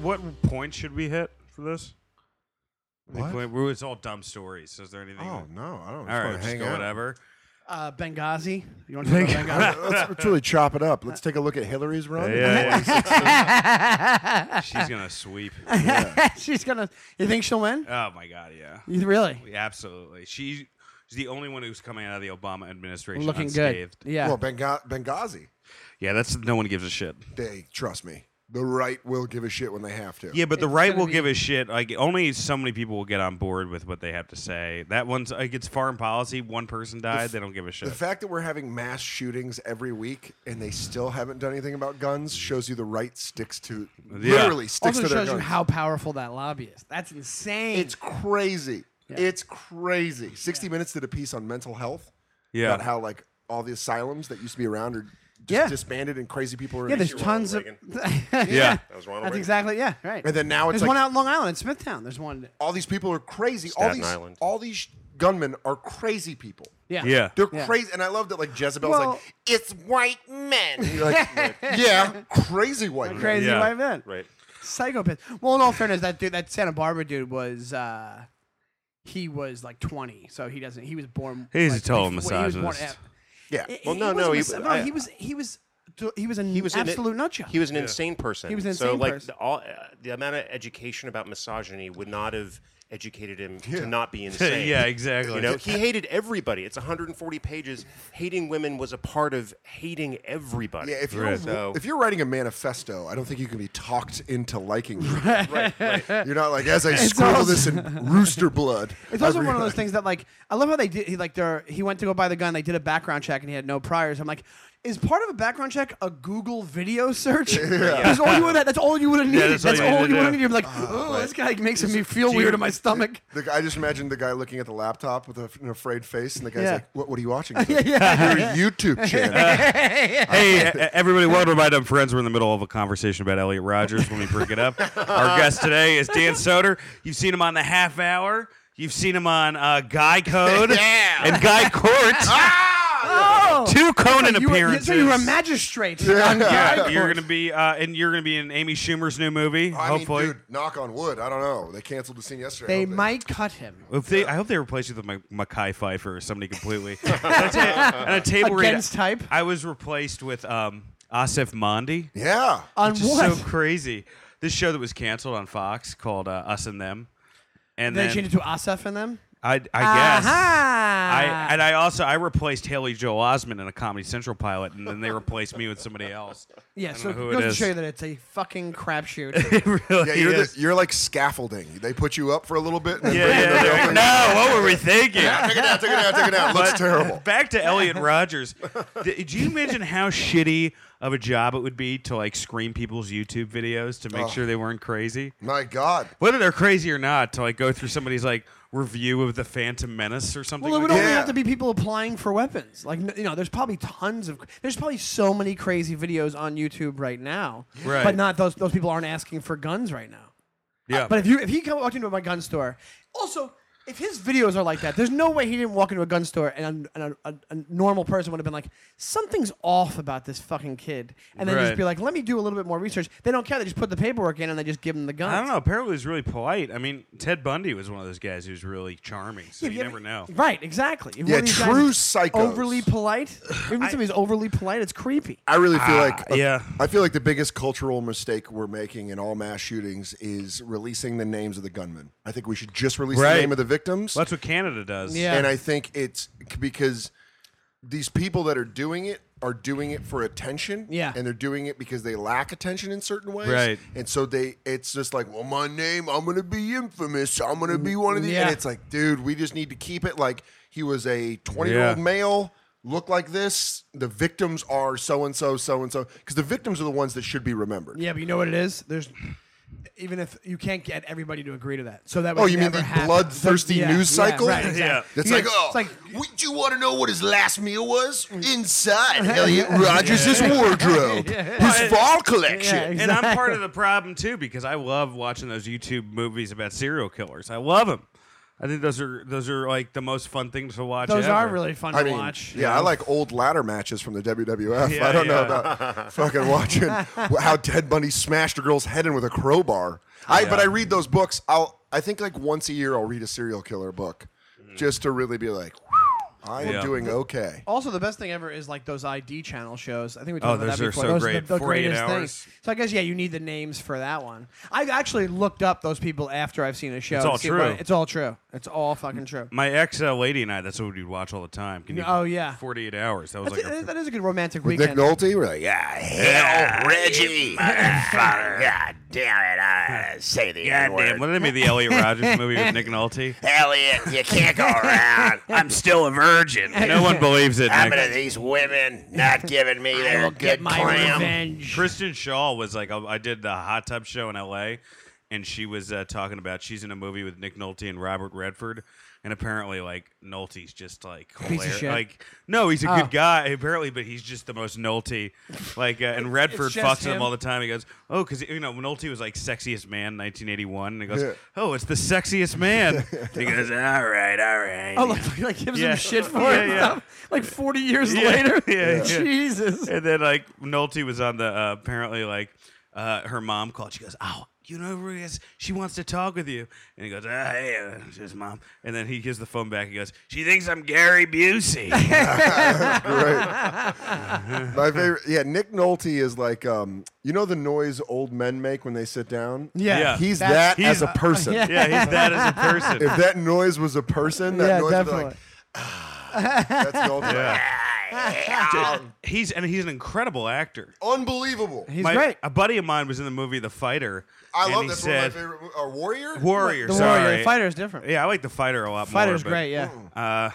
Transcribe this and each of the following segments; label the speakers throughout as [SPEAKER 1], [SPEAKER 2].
[SPEAKER 1] what point should we hit for this? Like,
[SPEAKER 2] What?
[SPEAKER 1] wait, we're- it's all dumb stories. Is there anything?
[SPEAKER 2] Oh
[SPEAKER 1] that-
[SPEAKER 2] no, I don't.
[SPEAKER 1] all
[SPEAKER 2] just
[SPEAKER 1] right,
[SPEAKER 2] wanna
[SPEAKER 1] just
[SPEAKER 2] hang
[SPEAKER 1] go
[SPEAKER 2] out.
[SPEAKER 1] whatever.
[SPEAKER 3] Uh, Benghazi. You want to talk about Benghazi?
[SPEAKER 2] let's, let's really chop it up. Let's take a look at Hillary's run.
[SPEAKER 1] Yeah, yeah, yeah.
[SPEAKER 3] She's
[SPEAKER 1] she's gonna sweep.
[SPEAKER 3] gonna. You think she'll win?
[SPEAKER 1] Oh my god, yeah,
[SPEAKER 3] You really?
[SPEAKER 1] absolutely. She's the only one who's coming out of the Obama administration
[SPEAKER 3] Looking
[SPEAKER 1] unscathed.
[SPEAKER 3] good. Yeah.
[SPEAKER 2] Well, Benga- Benghazi,
[SPEAKER 1] Yeah, that's no one gives a shit.
[SPEAKER 2] they trust me. The right will give a shit when they have to.
[SPEAKER 1] Yeah, but the
[SPEAKER 3] It's
[SPEAKER 1] right
[SPEAKER 3] gonna
[SPEAKER 1] will
[SPEAKER 3] be-
[SPEAKER 1] give a shit. Like only so many people will get on board with what they have to say. That one's like it's foreign policy. One person died. they don't give a shit.
[SPEAKER 2] The fact that we're having mass shootings every week and they still haven't done anything about guns shows you the right sticks to literally sticks
[SPEAKER 3] also
[SPEAKER 2] to their
[SPEAKER 3] shows you
[SPEAKER 2] guns.
[SPEAKER 3] how powerful that lobby is. That's insane.
[SPEAKER 2] it's crazy. It's crazy. 60 Minutes did a piece on mental health
[SPEAKER 1] Yeah.
[SPEAKER 2] about how like all the asylums that used to be around are just
[SPEAKER 3] Yeah.
[SPEAKER 2] disbanded and crazy people are
[SPEAKER 3] yeah.
[SPEAKER 2] in
[SPEAKER 3] There's
[SPEAKER 2] these-
[SPEAKER 4] Ronald
[SPEAKER 3] tons of.
[SPEAKER 4] Reagan.
[SPEAKER 3] yeah.
[SPEAKER 4] That was Ronald
[SPEAKER 3] That's
[SPEAKER 4] Reagan.
[SPEAKER 3] exactly yeah. Right.
[SPEAKER 2] And then now it's
[SPEAKER 3] There's
[SPEAKER 2] like
[SPEAKER 3] one out in Long Island, in Smithtown. There's one.
[SPEAKER 2] all these people are crazy. all
[SPEAKER 4] Staten
[SPEAKER 2] these
[SPEAKER 4] Island.
[SPEAKER 2] all these sh- gunmen are crazy people.
[SPEAKER 3] Yeah.
[SPEAKER 1] Yeah.
[SPEAKER 2] They're
[SPEAKER 3] Yeah.
[SPEAKER 2] crazy, and I love that. Like Jezebel's
[SPEAKER 3] Well-
[SPEAKER 2] like, it's white men. And you're like, like, yeah, crazy white men.
[SPEAKER 3] Crazy
[SPEAKER 1] Yeah.
[SPEAKER 3] white man.
[SPEAKER 4] Right.
[SPEAKER 3] Psychopath. Well, in all fairness, that dude, that Santa Barbara dude, was uh, he was like 20, so he doesn't. He was born.
[SPEAKER 1] He's
[SPEAKER 3] like,
[SPEAKER 1] a total
[SPEAKER 3] before- he was born
[SPEAKER 1] misogynist.
[SPEAKER 3] af-
[SPEAKER 2] Yeah.
[SPEAKER 3] He-
[SPEAKER 4] Well,
[SPEAKER 3] he
[SPEAKER 4] no, no,
[SPEAKER 3] wasn't mis-
[SPEAKER 4] he- I-
[SPEAKER 3] he was he was he was an
[SPEAKER 4] He was an-
[SPEAKER 3] absolute nutjob.
[SPEAKER 4] He was an insane person.
[SPEAKER 3] He was an
[SPEAKER 4] so,
[SPEAKER 3] insane
[SPEAKER 4] like,
[SPEAKER 3] person.
[SPEAKER 4] The, all, uh, the amount of education about misogyny would not have educated him to not be insane.
[SPEAKER 1] yeah, exactly.
[SPEAKER 4] You know, he hated everybody. It's 140 pages. Hating women was a part of hating everybody.
[SPEAKER 2] Yeah, if you're
[SPEAKER 1] Right.
[SPEAKER 4] So-
[SPEAKER 2] if you're writing a manifesto, I don't think you can be talked into liking. Right, You're not like as I scribble
[SPEAKER 3] also-
[SPEAKER 2] this in rooster blood.
[SPEAKER 3] It's
[SPEAKER 2] I
[SPEAKER 3] also one of
[SPEAKER 2] realize-
[SPEAKER 3] those things that like I love how they did. He like their he went to go buy the gun. They did a background check and he had no priors. I'm like, is part of a background check a Google video search? That's all you would. That's all you would have needed.
[SPEAKER 1] that's
[SPEAKER 3] that's,
[SPEAKER 1] all you
[SPEAKER 3] all
[SPEAKER 1] needed
[SPEAKER 3] you would
[SPEAKER 1] to
[SPEAKER 3] have
[SPEAKER 1] do.
[SPEAKER 3] needed. You're like, oh, this guy makes me feel
[SPEAKER 1] do
[SPEAKER 3] weird
[SPEAKER 1] you-
[SPEAKER 3] in my stomach.
[SPEAKER 2] The guy- I just imagined the guy looking at the laptop with a, an afraid face, and the guy's
[SPEAKER 3] Yeah.
[SPEAKER 2] like, "What? What are you watching? He's like, Your YouTube channel."
[SPEAKER 1] Hey, e- everybody, welcome to My Dumb Friends. We're in the middle of a conversation about Elliot Rogers when we bring it up. Our guest today is Dan Soder. You've seen him on The Half Hour. You've seen him on uh, Guy Code
[SPEAKER 2] Yeah. Ah,
[SPEAKER 1] and Guy Court.
[SPEAKER 3] Oh,
[SPEAKER 1] Two Conan
[SPEAKER 3] you were,
[SPEAKER 1] appearances.
[SPEAKER 3] so you were a magistrate. on
[SPEAKER 1] Yeah,
[SPEAKER 3] Guy
[SPEAKER 1] you're
[SPEAKER 3] Court.
[SPEAKER 1] gonna be, uh, and you're gonna be in Amy Schumer's new movie.
[SPEAKER 2] I
[SPEAKER 1] hopefully,
[SPEAKER 2] mean, dude, knock on wood. I don't know. They canceled the scene yesterday. I
[SPEAKER 3] They
[SPEAKER 2] hope
[SPEAKER 3] might cut him
[SPEAKER 1] If they, I hope they replace you with Ma- Mackay Pfeiffer or somebody completely. That's it. And a table read,
[SPEAKER 3] Against type?
[SPEAKER 1] I was replaced with um, Asif Mandi.
[SPEAKER 2] Yeah.
[SPEAKER 3] on
[SPEAKER 1] Which is
[SPEAKER 3] what?
[SPEAKER 1] so crazy. This show that was canceled on Fox called uh, Us and Them, and
[SPEAKER 3] they
[SPEAKER 1] then
[SPEAKER 3] changed it to Asaf and them.
[SPEAKER 1] I, I guess. I,
[SPEAKER 3] Aha.
[SPEAKER 1] and I also I replaced Haley Joel Osment in a Comedy Central pilot, and then they replaced me with somebody else.
[SPEAKER 3] yeah, so
[SPEAKER 1] know
[SPEAKER 3] it
[SPEAKER 1] who it
[SPEAKER 3] goes to
[SPEAKER 1] is.
[SPEAKER 3] show you that it's a fucking crapshoot.
[SPEAKER 1] It really
[SPEAKER 2] Yeah, you're,
[SPEAKER 1] is.
[SPEAKER 2] the, you're like scaffolding. They put you up for a little bit. And then
[SPEAKER 1] yeah,
[SPEAKER 2] bring
[SPEAKER 1] yeah,
[SPEAKER 2] another
[SPEAKER 1] yeah.
[SPEAKER 2] thing.
[SPEAKER 1] No, what were we thinking?
[SPEAKER 2] Take it out. Take it out. Take it out. Looks terrible.
[SPEAKER 1] Back to Elliot Rodgers. Did you imagine how shitty of a job it would be to like screen people's YouTube videos to make
[SPEAKER 2] Oh.
[SPEAKER 1] sure they weren't crazy?
[SPEAKER 2] My God.
[SPEAKER 1] Whether they're crazy or not, to like go through somebody's like review of the Phantom Menace or something.
[SPEAKER 3] Well, it
[SPEAKER 1] like
[SPEAKER 3] would
[SPEAKER 1] that.
[SPEAKER 3] only
[SPEAKER 2] Yeah.
[SPEAKER 3] have to be people applying for weapons. Like n- you know, there's probably tons of there's probably so many crazy videos on YouTube right now.
[SPEAKER 1] Right.
[SPEAKER 3] But not those those people aren't asking for guns right now.
[SPEAKER 1] yeah.
[SPEAKER 3] But if you if he come walked into my gun store, also if his videos are like that, there's no way he didn't walk into a gun store and a, and a, a, a normal person would have been like, something's off about this fucking kid, and then
[SPEAKER 1] Right.
[SPEAKER 3] just be like, let me do a little bit more research. They don't care. They just put the paperwork in and they just give him the gun.
[SPEAKER 1] I don't know. Apparently, he's really polite. I mean, Ted Bundy was one of those guys who's really charming. So you never know.
[SPEAKER 3] Right, exactly. If
[SPEAKER 2] Yeah,
[SPEAKER 3] one of these guys
[SPEAKER 2] true
[SPEAKER 3] is
[SPEAKER 2] psychos.
[SPEAKER 3] Overly polite. Even if somebody's overly polite, it's creepy.
[SPEAKER 2] I really feel like uh,
[SPEAKER 1] yeah.
[SPEAKER 2] I feel like the biggest cultural mistake we're making in all mass shootings is releasing the names of the gunmen. I think we should just release
[SPEAKER 1] Right.
[SPEAKER 2] the name of the victims.
[SPEAKER 1] That's what Canada does.
[SPEAKER 3] Yeah.
[SPEAKER 2] And I think it's c- because these people that are doing it are doing it for attention.
[SPEAKER 3] Yeah.
[SPEAKER 2] And they're doing it because they lack attention in certain ways.
[SPEAKER 1] Right.
[SPEAKER 2] And so they it's just like, well, my name, I'm gonna be infamous. I'm gonna be one of these.
[SPEAKER 3] Yeah.
[SPEAKER 2] And it's like, dude, we just need to keep it like he was a 20 year old
[SPEAKER 1] Yeah.
[SPEAKER 2] male. Look like this. The victims are so and so, so and so, because the victims are the ones that should be remembered.
[SPEAKER 3] Yeah, but you know what it is? There's even if you can't get everybody to agree to that. So that would
[SPEAKER 2] Oh, you mean
[SPEAKER 3] never
[SPEAKER 2] the
[SPEAKER 3] happen.
[SPEAKER 2] bloodthirsty
[SPEAKER 3] Yeah,
[SPEAKER 2] news
[SPEAKER 3] yeah,
[SPEAKER 2] cycle?
[SPEAKER 3] right, exactly.
[SPEAKER 1] Yeah.
[SPEAKER 2] That's
[SPEAKER 3] Yeah,
[SPEAKER 2] like, oh,
[SPEAKER 3] it's like- Mm.
[SPEAKER 2] would you want to know what his last meal was? Inside Elliot Rogers' wardrobe, his fall collection.
[SPEAKER 3] Yeah, ex-
[SPEAKER 1] And I'm part of the problem too because I love watching those YouTube movies about serial killers. I love them. I think those are those are like the most fun things to watch.
[SPEAKER 3] Those are
[SPEAKER 1] ever.
[SPEAKER 3] really fun
[SPEAKER 2] I
[SPEAKER 3] to
[SPEAKER 2] mean,
[SPEAKER 3] watch.
[SPEAKER 2] yeah, I like old ladder matches from the WWF.
[SPEAKER 1] Yeah,
[SPEAKER 2] I don't know
[SPEAKER 1] yeah.
[SPEAKER 2] about fucking watching how Ted Bundy smashed a girl's head in with a crowbar. I but I read those books. I'll I think like once a year I'll read a serial killer book
[SPEAKER 3] Mm.
[SPEAKER 2] just to really be like, I am
[SPEAKER 1] Yeah.
[SPEAKER 2] doing okay.
[SPEAKER 3] Also, the best thing ever is like those ID channel shows. I think we
[SPEAKER 1] Oh,
[SPEAKER 3] talked about
[SPEAKER 1] those
[SPEAKER 3] that
[SPEAKER 1] are
[SPEAKER 3] before.
[SPEAKER 1] so
[SPEAKER 3] those are
[SPEAKER 1] great.
[SPEAKER 3] the, the
[SPEAKER 1] 48
[SPEAKER 3] greatest
[SPEAKER 1] hours.
[SPEAKER 3] things. So I guess yeah, you need the names for that one. I've actually looked up those people after I've seen a show.
[SPEAKER 1] It's
[SPEAKER 3] to
[SPEAKER 1] all
[SPEAKER 3] see
[SPEAKER 1] true.
[SPEAKER 3] what- it's all true. It's all fucking true.
[SPEAKER 1] My ex uh, lady and I. That's what we'd watch all the time. Can you-
[SPEAKER 3] Oh, yeah.
[SPEAKER 1] forty eight hours. That was
[SPEAKER 3] That's
[SPEAKER 1] like.
[SPEAKER 3] a-
[SPEAKER 1] our-
[SPEAKER 3] that is a good romantic
[SPEAKER 2] With Nick
[SPEAKER 3] weekend.
[SPEAKER 2] Nolte, we're
[SPEAKER 5] Ah,
[SPEAKER 2] like, yeah, hell, Reggie.
[SPEAKER 5] God damn it! I say the
[SPEAKER 1] God damn!
[SPEAKER 5] N-word.
[SPEAKER 1] What did I mean? The Elliot Rodgers movie with Nick Nolte.
[SPEAKER 5] Elliot, you can't go around. I'm still a virgin.
[SPEAKER 1] No one believes it.
[SPEAKER 5] Happened to
[SPEAKER 1] Nick.
[SPEAKER 5] these women not giving me their good clam.
[SPEAKER 3] revenge.
[SPEAKER 1] Kristen Shaw was like, I I did the hot tub show in L.A. and she was uh, talking about she's in a movie with Nick Nolte and Robert Redford, and apparently like Nolte's just like
[SPEAKER 3] of
[SPEAKER 1] hilarious.
[SPEAKER 3] shit.
[SPEAKER 1] Like no, he's a
[SPEAKER 3] Oh.
[SPEAKER 1] good guy apparently, but he's just the most Nolte. Like uh, and Redford
[SPEAKER 3] just
[SPEAKER 1] fucks him.
[SPEAKER 3] him.
[SPEAKER 1] all the time. He goes, oh, because you know Nolte was like sexiest man 1981, and he goes,
[SPEAKER 2] Yeah.
[SPEAKER 1] oh, it's the sexiest man. he goes, all right, all right.
[SPEAKER 3] Oh, like, like gives
[SPEAKER 1] Yeah.
[SPEAKER 3] him shit for
[SPEAKER 1] Yeah,
[SPEAKER 3] it. and
[SPEAKER 1] yeah.
[SPEAKER 3] stuff. Like 40 years
[SPEAKER 1] Yeah,
[SPEAKER 3] later.
[SPEAKER 1] yeah, yeah.
[SPEAKER 3] Jesus.
[SPEAKER 1] And then like Nolte was on the uh, apparently like uh, her mom called. She goes, "Oh, you know who it is? She wants to talk with you." And he goes, "Ah, hey, uh, it's his mom." And then he gives the phone back. He goes, "She thinks I'm Gary Busey."
[SPEAKER 2] Right. My favorite, yeah, Nick Nolte is like, um, you know, the noise old men make when they sit down.
[SPEAKER 3] Yeah.
[SPEAKER 1] Yeah.
[SPEAKER 2] he's that
[SPEAKER 3] That's-
[SPEAKER 1] he's-
[SPEAKER 2] as a person.
[SPEAKER 3] yeah.
[SPEAKER 1] yeah, he's that as a person.
[SPEAKER 2] If that noise was a person, that
[SPEAKER 3] Yeah,
[SPEAKER 2] noise
[SPEAKER 3] definitely.
[SPEAKER 2] would be like, that's Nolte.
[SPEAKER 5] oh,
[SPEAKER 1] he's and he's an incredible actor.
[SPEAKER 2] Unbelievable.
[SPEAKER 3] He's
[SPEAKER 1] My-
[SPEAKER 3] great.
[SPEAKER 1] A buddy of mine was in the movie The Fighter.
[SPEAKER 2] I
[SPEAKER 1] and
[SPEAKER 2] love
[SPEAKER 1] he
[SPEAKER 2] that's
[SPEAKER 1] said,
[SPEAKER 2] one of my favorite. Uh, Warrior.
[SPEAKER 1] Warrior.
[SPEAKER 3] The
[SPEAKER 1] sorry.
[SPEAKER 3] warrior. The fighter is different.
[SPEAKER 1] Yeah, I like The Fighter a lot
[SPEAKER 3] Fighter's
[SPEAKER 1] more. but-
[SPEAKER 3] great,
[SPEAKER 2] Mm.
[SPEAKER 3] yeah.
[SPEAKER 1] Uh,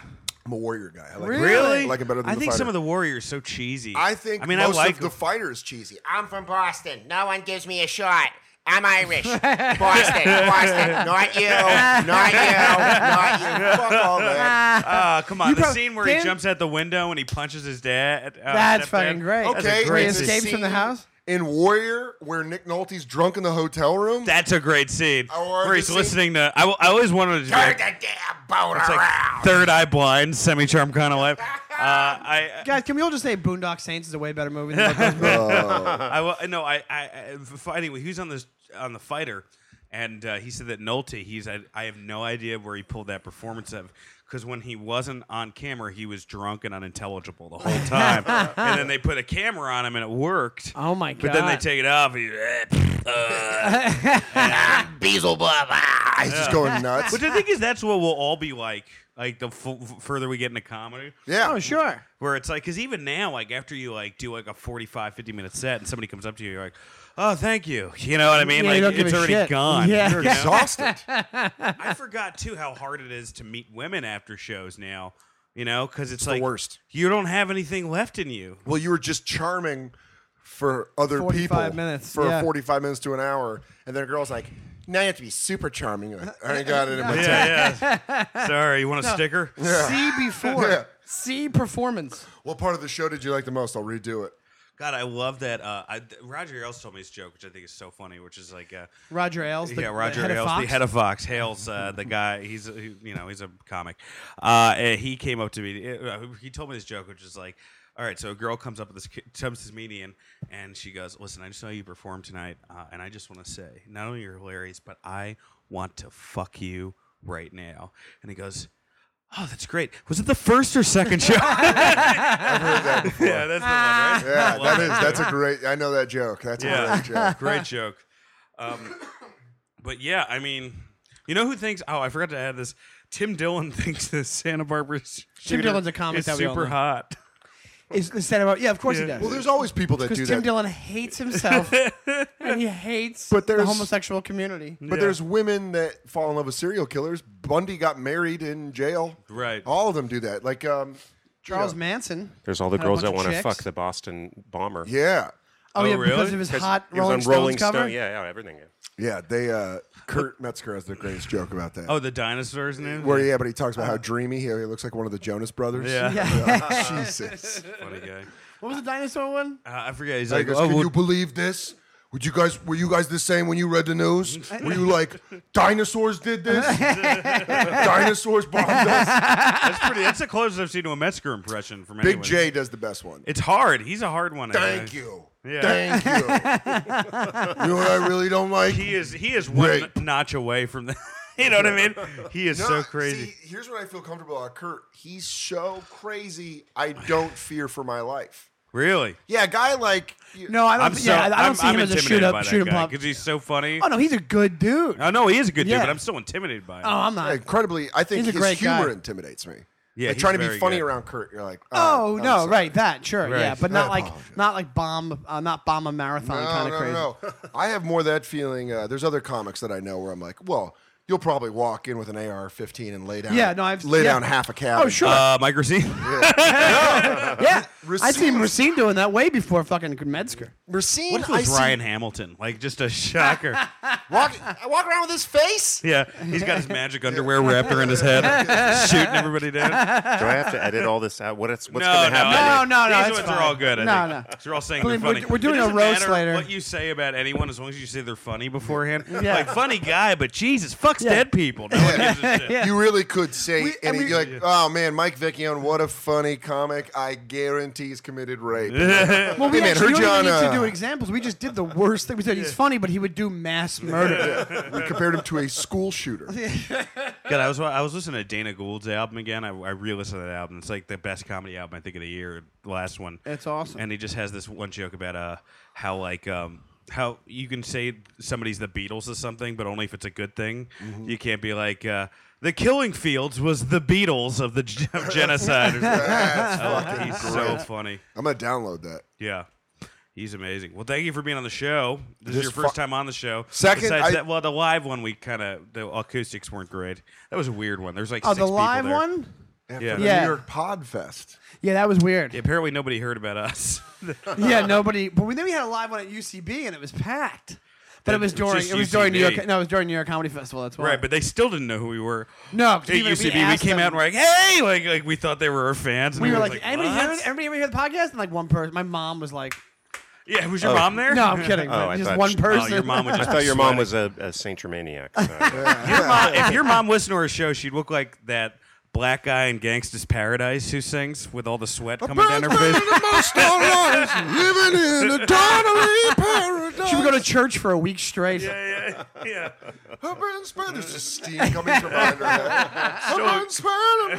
[SPEAKER 2] I'm a Warrior guy. I like
[SPEAKER 3] Really?
[SPEAKER 1] really?
[SPEAKER 2] I like it better than
[SPEAKER 1] I
[SPEAKER 2] The
[SPEAKER 1] think some
[SPEAKER 2] Fighter.
[SPEAKER 1] of the Warrior is so cheesy.
[SPEAKER 2] I think.
[SPEAKER 1] I mean,
[SPEAKER 2] most
[SPEAKER 1] I like
[SPEAKER 2] of the fighter is cheesy. I-
[SPEAKER 5] I'm from Boston. No one gives me a shot. I'm Irish. Boston, Boston. Not you. Not you. Not you.
[SPEAKER 2] Fuck all that.
[SPEAKER 1] Ah, come on.
[SPEAKER 3] Uh, You
[SPEAKER 1] the
[SPEAKER 3] prob-
[SPEAKER 1] scene where
[SPEAKER 3] Dan-
[SPEAKER 1] he jumps out the window and he punches his dad. uh,
[SPEAKER 3] That's
[SPEAKER 1] stepdad.
[SPEAKER 3] fucking great.
[SPEAKER 1] That's a
[SPEAKER 2] Okay,
[SPEAKER 1] great
[SPEAKER 2] it's a
[SPEAKER 1] scene.
[SPEAKER 3] escapes from the
[SPEAKER 2] scene
[SPEAKER 3] house?
[SPEAKER 2] in Warrior where Nick Nolte's drunk in the hotel room.
[SPEAKER 1] That's a great scene.
[SPEAKER 2] I wanted
[SPEAKER 1] Where
[SPEAKER 2] to
[SPEAKER 1] he's
[SPEAKER 2] see-
[SPEAKER 1] listening to. I, will- I always wanted to. Be
[SPEAKER 5] Turn the
[SPEAKER 1] like,
[SPEAKER 5] damn boat
[SPEAKER 1] it's like
[SPEAKER 5] around.
[SPEAKER 1] third eye blind, semi charm kind of life. Uh, I,
[SPEAKER 3] Guys, can we all just say Boondock Saints is a way better movie than Buck Owens?
[SPEAKER 1] I, will- no, I, I, I, f- anyway, he was on this on the fighter, and uh, he said that Nolte. He's, I, I have no idea where he pulled that performance of, because when he wasn't on camera, he was drunk and unintelligible the whole time, and then they put a camera on him and it worked.
[SPEAKER 3] Oh my god.
[SPEAKER 1] But then they take it off. He's, eh, pff, uh,
[SPEAKER 5] Beelzebub. Ah.
[SPEAKER 2] He's just going nuts.
[SPEAKER 1] Which I think is that's what we'll all be like, like the f- f- further we get into comedy,
[SPEAKER 2] yeah.
[SPEAKER 3] Oh, sure.
[SPEAKER 1] where it's like, because even now, like after you like do like a 45, 50 minute set, and somebody comes up to you, you're like, oh, thank you. You know what I mean?
[SPEAKER 3] Yeah, you
[SPEAKER 1] like
[SPEAKER 3] don't give
[SPEAKER 1] it's
[SPEAKER 3] a
[SPEAKER 1] already
[SPEAKER 3] shit.
[SPEAKER 1] gone.
[SPEAKER 3] Yeah.
[SPEAKER 1] You know?
[SPEAKER 2] Exhausted.
[SPEAKER 1] I forgot too how hard it is to meet women after shows now. You know, because it's, like
[SPEAKER 2] worst.
[SPEAKER 1] You don't have anything left in you.
[SPEAKER 2] Well, you were just charming for other
[SPEAKER 3] 45
[SPEAKER 2] people
[SPEAKER 3] minutes,
[SPEAKER 2] for
[SPEAKER 3] yeah.
[SPEAKER 2] 45 minutes to an hour, and then a girl's like, "Now you have to be super charming." You're like, I ain't got it in my tank.
[SPEAKER 1] Yeah, yeah. Sorry, you want a sticker?
[SPEAKER 3] See before.
[SPEAKER 2] Yeah.
[SPEAKER 3] See performance.
[SPEAKER 2] What part of the show did you like the most? I'll redo it.
[SPEAKER 1] God, I love that. Uh, I, Roger Ailes told me his joke, which I think is so funny, which is like. Uh,
[SPEAKER 3] Roger Ailes. The,
[SPEAKER 1] yeah, Roger
[SPEAKER 3] the head
[SPEAKER 1] Ailes,
[SPEAKER 3] of Fox.
[SPEAKER 1] the head of Fox, hails uh, the guy. He's he- you know he's a comic. Uh, and he came up to me. uh, He told me this joke, which is like, all right, so a girl comes up with this ki- comes to this median, and she goes, "Listen, I just saw you perform tonight, uh, and I just want to say, not only you're hilarious, but I want to fuck you right now." And he goes. Oh, that's great. Was it the first or second show? yeah, that's the one, right?
[SPEAKER 2] Yeah,
[SPEAKER 1] I love
[SPEAKER 2] that is. That's a great. I know that joke. That's
[SPEAKER 1] Yeah.
[SPEAKER 2] a great joke.
[SPEAKER 1] Great joke. Um, but yeah, I mean, you know who thinks? Oh, I forgot to add this. Tim Dillon thinks the Santa Barbara sh-
[SPEAKER 3] Tim
[SPEAKER 1] shooter
[SPEAKER 3] Dillon's a comic
[SPEAKER 1] is
[SPEAKER 3] that we all
[SPEAKER 1] super
[SPEAKER 3] know.
[SPEAKER 1] hot.
[SPEAKER 3] Is the center of, yeah, of course he does.
[SPEAKER 2] Well, there's always people that do
[SPEAKER 3] because
[SPEAKER 2] that.
[SPEAKER 3] Tim Dillon hates himself and he hates
[SPEAKER 2] But
[SPEAKER 3] the
[SPEAKER 2] there's-
[SPEAKER 3] homosexual community.
[SPEAKER 2] But
[SPEAKER 1] Yeah.
[SPEAKER 2] there's women that fall in love with serial killers. Bundy got married in jail.
[SPEAKER 1] Right.
[SPEAKER 2] All of them do that. Like, um,
[SPEAKER 3] Charles
[SPEAKER 2] Yeah.
[SPEAKER 3] Manson.
[SPEAKER 4] There's all the
[SPEAKER 3] Had a
[SPEAKER 4] girls
[SPEAKER 3] bunch
[SPEAKER 4] that
[SPEAKER 3] of
[SPEAKER 4] want to
[SPEAKER 3] chicks.
[SPEAKER 4] fuck the Boston bomber.
[SPEAKER 2] yeah,
[SPEAKER 3] Oh,
[SPEAKER 1] Oh,
[SPEAKER 3] yeah,
[SPEAKER 1] really?
[SPEAKER 3] because of his
[SPEAKER 4] 'Cause
[SPEAKER 3] hot
[SPEAKER 4] he was
[SPEAKER 3] Rolling
[SPEAKER 4] on
[SPEAKER 3] Stones
[SPEAKER 4] Rolling
[SPEAKER 3] cover.
[SPEAKER 4] Stone. Yeah, yeah, everything. Yeah.
[SPEAKER 2] yeah. They uh, Kurt Metzger has the greatest joke about that.
[SPEAKER 1] Oh, the dinosaurs name.
[SPEAKER 2] Where yeah, but he talks about how dreamy he, he looks like one of the Jonas brothers.
[SPEAKER 1] Yeah.
[SPEAKER 2] Yeah. Jesus.
[SPEAKER 1] Funny guy.
[SPEAKER 3] What was the dinosaur one?
[SPEAKER 1] Uh, I forget. He's
[SPEAKER 2] He
[SPEAKER 1] like,
[SPEAKER 2] goes,
[SPEAKER 1] oh,
[SPEAKER 2] Can
[SPEAKER 1] well,
[SPEAKER 2] you believe this? Would you guys were you guys the same when you read the news? Were you like dinosaurs did this? dinosaurs bombed us.
[SPEAKER 1] That's pretty. That's the closest I've seen to a Metzger impression from
[SPEAKER 2] Big
[SPEAKER 1] anyone.
[SPEAKER 2] J does the best one.
[SPEAKER 1] It's hard. He's a hard one. I
[SPEAKER 2] Thank
[SPEAKER 1] think.
[SPEAKER 2] you.
[SPEAKER 1] Yeah.
[SPEAKER 2] Thank you. you know what I really don't like?
[SPEAKER 1] He is. He is one
[SPEAKER 2] Rape.
[SPEAKER 1] notch away from the. You know what I mean? He is so
[SPEAKER 2] No,
[SPEAKER 1] crazy.
[SPEAKER 2] See, here's what I feel comfortable about Kurt. He's so crazy. I don't fear for my life.
[SPEAKER 1] really.
[SPEAKER 2] Yeah, a guy like you-
[SPEAKER 3] No, I don't.
[SPEAKER 1] I'm
[SPEAKER 3] th-
[SPEAKER 1] so.
[SPEAKER 3] yeah, I don't
[SPEAKER 1] I'm,
[SPEAKER 3] see
[SPEAKER 1] I'm
[SPEAKER 3] him as a
[SPEAKER 1] intimidated
[SPEAKER 3] shoot
[SPEAKER 1] by
[SPEAKER 3] up,
[SPEAKER 1] that
[SPEAKER 3] shoot 'em
[SPEAKER 1] guy Uh,
[SPEAKER 3] up.
[SPEAKER 1] because he's so funny.
[SPEAKER 3] Oh no, he's a good dude.
[SPEAKER 1] I know he is a good
[SPEAKER 3] Yeah.
[SPEAKER 1] dude, but I'm so intimidated by him.
[SPEAKER 3] Oh, I'm not.
[SPEAKER 2] incredibly. I think
[SPEAKER 3] He's a
[SPEAKER 2] his
[SPEAKER 3] great guy.
[SPEAKER 2] humor intimidates me.
[SPEAKER 1] Yeah,
[SPEAKER 2] like
[SPEAKER 1] he's
[SPEAKER 2] trying to be
[SPEAKER 1] very
[SPEAKER 2] funny
[SPEAKER 1] good.
[SPEAKER 2] around Kurt. You're like,
[SPEAKER 3] Oh
[SPEAKER 2] I'm
[SPEAKER 3] no,
[SPEAKER 2] sorry.
[SPEAKER 3] right? That sure,
[SPEAKER 1] Right.
[SPEAKER 3] yeah, but
[SPEAKER 2] I
[SPEAKER 3] not like
[SPEAKER 2] apologize.
[SPEAKER 3] not like bomb, uh, not bomb a marathon
[SPEAKER 2] No,
[SPEAKER 3] kind of
[SPEAKER 2] no,
[SPEAKER 3] crazy.
[SPEAKER 2] no. I have more that feeling. Uh, there's other comics that I know where I'm like, well, you'll probably walk in with an AR-15 and lay down.
[SPEAKER 3] Yeah, no, I've-
[SPEAKER 2] lay
[SPEAKER 3] yeah.
[SPEAKER 2] down half a cab.
[SPEAKER 3] Oh sure,
[SPEAKER 1] Uh, Mike Racine.
[SPEAKER 3] yeah.
[SPEAKER 2] Racine
[SPEAKER 3] I seen
[SPEAKER 2] was-
[SPEAKER 3] Racine doing that way before fucking Metzger.
[SPEAKER 2] Racine.
[SPEAKER 1] What if it
[SPEAKER 2] I
[SPEAKER 1] was
[SPEAKER 2] see
[SPEAKER 1] Ryan Hamilton? Like just a shocker.
[SPEAKER 2] Walk, I walk around with his face.
[SPEAKER 1] yeah, he's got his magic underwear wrapped around his head, shooting everybody down.
[SPEAKER 4] Do I have to edit all this out? What it's, what's
[SPEAKER 1] no,
[SPEAKER 4] going
[SPEAKER 1] no,
[SPEAKER 4] to happen?
[SPEAKER 1] I think
[SPEAKER 3] No, no, no,
[SPEAKER 1] These
[SPEAKER 3] it's
[SPEAKER 1] ones
[SPEAKER 3] fine.
[SPEAKER 1] are all good. I
[SPEAKER 3] No,
[SPEAKER 1] think.
[SPEAKER 3] no.
[SPEAKER 1] They're all saying
[SPEAKER 3] Believe
[SPEAKER 1] they're
[SPEAKER 3] me,
[SPEAKER 1] funny.
[SPEAKER 3] we're- we're doing
[SPEAKER 1] It
[SPEAKER 3] a
[SPEAKER 1] doesn't
[SPEAKER 3] roast
[SPEAKER 1] matter
[SPEAKER 3] later.
[SPEAKER 1] What you say about anyone, as long as you say they're funny beforehand.
[SPEAKER 3] Yeah.
[SPEAKER 1] Like funny guy, but Jesus, fucks
[SPEAKER 3] Yeah.
[SPEAKER 1] dead people. No one gives a shit.
[SPEAKER 3] Yeah.
[SPEAKER 2] You really could say,
[SPEAKER 3] We-
[SPEAKER 2] and
[SPEAKER 3] and
[SPEAKER 2] you're
[SPEAKER 3] we-
[SPEAKER 2] like, oh man, Mike Vecchione, what a funny comic. I guarantee he's committed rape.
[SPEAKER 3] Well, we
[SPEAKER 2] Hey, man,
[SPEAKER 3] actually
[SPEAKER 2] heard
[SPEAKER 3] don't
[SPEAKER 2] you
[SPEAKER 3] even
[SPEAKER 2] on,
[SPEAKER 3] need
[SPEAKER 2] uh,
[SPEAKER 3] to do examples. We just did the worst thing. We said he's funny, but he would do mass murder.
[SPEAKER 2] we compared him to a school shooter.
[SPEAKER 1] God, I was I was listening to Dana Gould's album again. I, I re-listened to that album. It's like the best comedy album I think of the year, the last one.
[SPEAKER 3] It's awesome.
[SPEAKER 1] And he just has this one joke about uh how like um how you can say somebody's the Beatles or something, but only if it's a good thing.
[SPEAKER 3] Mm-hmm.
[SPEAKER 1] You can't be like uh, the Killing Fields was the Beatles of the g- of genocide. Or something.
[SPEAKER 2] That's
[SPEAKER 1] Oh,
[SPEAKER 2] fucking
[SPEAKER 1] he's so
[SPEAKER 2] great.
[SPEAKER 1] funny.
[SPEAKER 2] I'm gonna download that.
[SPEAKER 1] Yeah. He's amazing. Well, thank you for being on the show. This, is
[SPEAKER 2] This
[SPEAKER 1] your first
[SPEAKER 2] fu-
[SPEAKER 1] time on the show.
[SPEAKER 2] Second,
[SPEAKER 1] Besides
[SPEAKER 2] I-
[SPEAKER 1] that, well, the live one we kind of the acoustics weren't great. That was a weird one. There's like
[SPEAKER 3] Oh,
[SPEAKER 1] six
[SPEAKER 3] the
[SPEAKER 1] people
[SPEAKER 3] live
[SPEAKER 1] there.
[SPEAKER 3] one?
[SPEAKER 2] After
[SPEAKER 1] Yeah.
[SPEAKER 2] the
[SPEAKER 3] Yeah.
[SPEAKER 2] New York Podfest.
[SPEAKER 3] Yeah, that was weird.
[SPEAKER 1] Yeah, apparently nobody heard about us.
[SPEAKER 3] yeah, nobody. But we- then we had a live one at UCB, and it was packed. But
[SPEAKER 1] That-
[SPEAKER 3] it was
[SPEAKER 1] it's
[SPEAKER 3] during
[SPEAKER 1] just
[SPEAKER 3] it was during New York.
[SPEAKER 1] UCB.
[SPEAKER 3] No, it was during New York Comedy Festival. That's why.
[SPEAKER 1] right, but they still didn't know who we were.
[SPEAKER 3] No, 'cause
[SPEAKER 1] at
[SPEAKER 3] we- we
[SPEAKER 1] UCB we,
[SPEAKER 3] asked
[SPEAKER 1] came out and
[SPEAKER 3] them-
[SPEAKER 1] we're like, hey, like like we thought they were our fans. And
[SPEAKER 3] we were
[SPEAKER 1] everyone's
[SPEAKER 3] like, anybody hear
[SPEAKER 1] "What?"
[SPEAKER 3] everybody ever hear the podcast? And like one person, my mom was like,
[SPEAKER 1] Yeah, was your mom there?
[SPEAKER 3] "No, I'm kidding."
[SPEAKER 4] Oh, I
[SPEAKER 3] just
[SPEAKER 4] thought-
[SPEAKER 3] one
[SPEAKER 4] oh,
[SPEAKER 1] Oh,
[SPEAKER 3] person.
[SPEAKER 1] your mom would
[SPEAKER 4] I
[SPEAKER 1] just
[SPEAKER 4] thought
[SPEAKER 1] be
[SPEAKER 4] your mom
[SPEAKER 1] sweating.
[SPEAKER 4] was a, a Saint Germaniac. So.
[SPEAKER 1] Your mom, if your mom listened to our show, she'd look like that black guy in Gangsta's Paradise who sings with all the sweat coming down her face.
[SPEAKER 2] living in a totally paradise.
[SPEAKER 3] She would go to church for a week straight.
[SPEAKER 1] yeah, yeah, yeah.
[SPEAKER 2] Up in space. There's just steam coming from behind her head. Up in space, I'm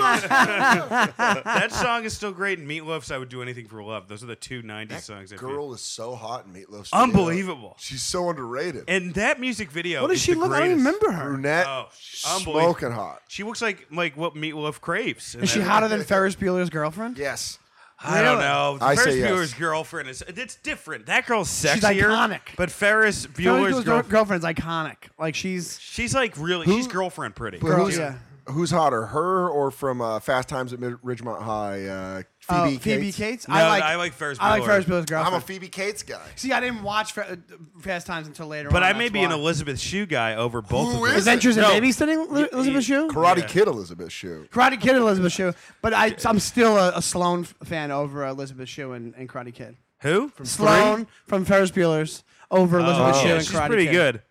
[SPEAKER 2] not-
[SPEAKER 1] That song is still great. And Meatloaf's "I Would Do Anything for Love." Those are the two '90s songs. I feel.
[SPEAKER 2] Girl is so hot in Meatloaf's video.
[SPEAKER 1] unbelievable.
[SPEAKER 2] She's so underrated.
[SPEAKER 1] And that music video.
[SPEAKER 3] What does
[SPEAKER 1] is
[SPEAKER 3] she
[SPEAKER 1] the
[SPEAKER 3] look? I don't
[SPEAKER 1] greatest.
[SPEAKER 3] remember her.
[SPEAKER 2] Brunette,
[SPEAKER 1] Oh, unbelievable.
[SPEAKER 2] smoking hot.
[SPEAKER 1] She looks like like what Meatloaf craves.
[SPEAKER 3] Is she hotter than Ferris Bueller's girlfriend?
[SPEAKER 2] Yes.
[SPEAKER 1] I don't know.
[SPEAKER 2] I
[SPEAKER 1] Ferris
[SPEAKER 2] say yes.
[SPEAKER 1] Bueller's girlfriend is it's different. That girl's sexier.
[SPEAKER 3] She's iconic.
[SPEAKER 1] But Ferris Bueller's
[SPEAKER 3] Ferris Bueller's girl-
[SPEAKER 1] girlfriend.
[SPEAKER 3] girlfriend's iconic. Like she's
[SPEAKER 1] she's like really. She's girlfriend pretty.
[SPEAKER 2] But
[SPEAKER 3] Girl,
[SPEAKER 2] who's,
[SPEAKER 3] yeah.
[SPEAKER 2] who's hotter, her or from uh, Fast Times at Mid- Ridgemont High, uh,
[SPEAKER 3] oh,
[SPEAKER 2] Phoebe
[SPEAKER 3] Phoebe
[SPEAKER 2] Cates?
[SPEAKER 3] Cates.
[SPEAKER 1] No,
[SPEAKER 3] I like
[SPEAKER 1] I like Ferris
[SPEAKER 3] I like
[SPEAKER 1] Bueller.
[SPEAKER 3] Ferris Bueller's
[SPEAKER 2] I'm
[SPEAKER 3] girlfriend.
[SPEAKER 2] a Phoebe Cates guy.
[SPEAKER 3] See, I didn't watch Fa- uh, Fast Times until later.
[SPEAKER 1] But
[SPEAKER 3] on,
[SPEAKER 1] I may
[SPEAKER 3] that's
[SPEAKER 1] be
[SPEAKER 3] why.
[SPEAKER 1] an Elizabeth Shue guy over both
[SPEAKER 2] Who
[SPEAKER 1] of them.
[SPEAKER 2] is-
[SPEAKER 3] Adventures in
[SPEAKER 1] No.
[SPEAKER 3] Babysitting, Li- Elizabeth Shue.
[SPEAKER 2] Karate Kid Elizabeth Shue.
[SPEAKER 3] Karate Kid, Elizabeth Shue. But I, I'm still a, a Sloan f- fan over Elizabeth Shue and, and Karate Kid.
[SPEAKER 1] Who?
[SPEAKER 3] Sloan from Ferris Bueller's over Elizabeth
[SPEAKER 1] Oh,
[SPEAKER 3] Shue
[SPEAKER 1] yeah,
[SPEAKER 3] and
[SPEAKER 1] she's
[SPEAKER 3] Karate
[SPEAKER 1] pretty
[SPEAKER 3] Kid.
[SPEAKER 1] good.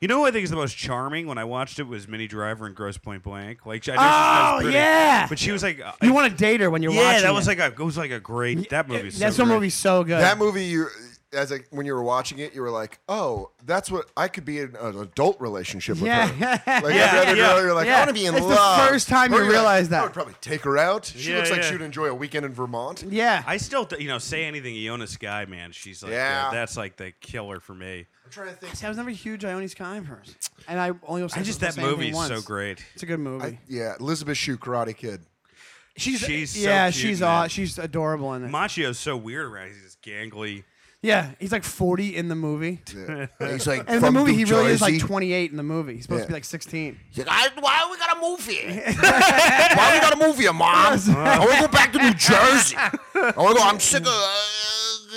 [SPEAKER 1] You know who I think is the most charming when I watched it was Minnie Driver and Gross Point Blank. Like I know she's
[SPEAKER 3] Oh,
[SPEAKER 1] not as pretty,
[SPEAKER 3] yeah.
[SPEAKER 1] but she was like, uh,
[SPEAKER 3] You want to date her when you're watching?
[SPEAKER 1] yeah, that was
[SPEAKER 3] it.
[SPEAKER 1] like a it eh, was like a great that movie.
[SPEAKER 3] That
[SPEAKER 1] so great.
[SPEAKER 3] movie's so good.
[SPEAKER 2] That movie, you as a, when you were watching it, you were like, "Oh, that's what I could be in an adult relationship with
[SPEAKER 3] Yeah.
[SPEAKER 2] her." Like
[SPEAKER 1] Yeah,
[SPEAKER 2] yeah, every other
[SPEAKER 1] yeah,
[SPEAKER 2] girl, you're like, "I
[SPEAKER 3] yeah.
[SPEAKER 2] want to be in
[SPEAKER 3] It's the
[SPEAKER 2] love."
[SPEAKER 3] first time
[SPEAKER 2] Or
[SPEAKER 3] you
[SPEAKER 2] you're like,
[SPEAKER 3] realize that.
[SPEAKER 2] I would probably take her out. She
[SPEAKER 1] Yeah,
[SPEAKER 2] looks like
[SPEAKER 1] yeah.
[SPEAKER 2] she'd enjoy a weekend in Vermont.
[SPEAKER 3] yeah.
[SPEAKER 1] I still, th- you know, say anything Iona Sky, man. She's like, uh,
[SPEAKER 2] Yeah.
[SPEAKER 1] that's like the killer for me.
[SPEAKER 2] I'm trying to think.
[SPEAKER 3] See, I was never a huge Ione Skymers, and I only was
[SPEAKER 1] I just that movie's so great.
[SPEAKER 3] It's a good movie.
[SPEAKER 2] I- yeah, Elizabeth Shue, Karate Kid.
[SPEAKER 3] she's,
[SPEAKER 1] She's so
[SPEAKER 3] yeah,
[SPEAKER 1] cute,
[SPEAKER 3] she's
[SPEAKER 1] man.
[SPEAKER 3] aw- she's adorable in it.
[SPEAKER 1] Machio's so weird around. He's this gangly.
[SPEAKER 3] yeah, he's like 40 in the movie.
[SPEAKER 2] He's like,
[SPEAKER 3] And in the
[SPEAKER 2] from
[SPEAKER 3] movie,
[SPEAKER 2] New
[SPEAKER 3] he really is like
[SPEAKER 2] Jersey.
[SPEAKER 3] 28 in the movie. He's supposed
[SPEAKER 2] Yeah.
[SPEAKER 3] to be like 16.
[SPEAKER 5] You guys, why we gotta move here?
[SPEAKER 2] Why we got a movie, Mom? I want to go back to New Jersey. I want to go. I'm sick of.
[SPEAKER 5] Uh,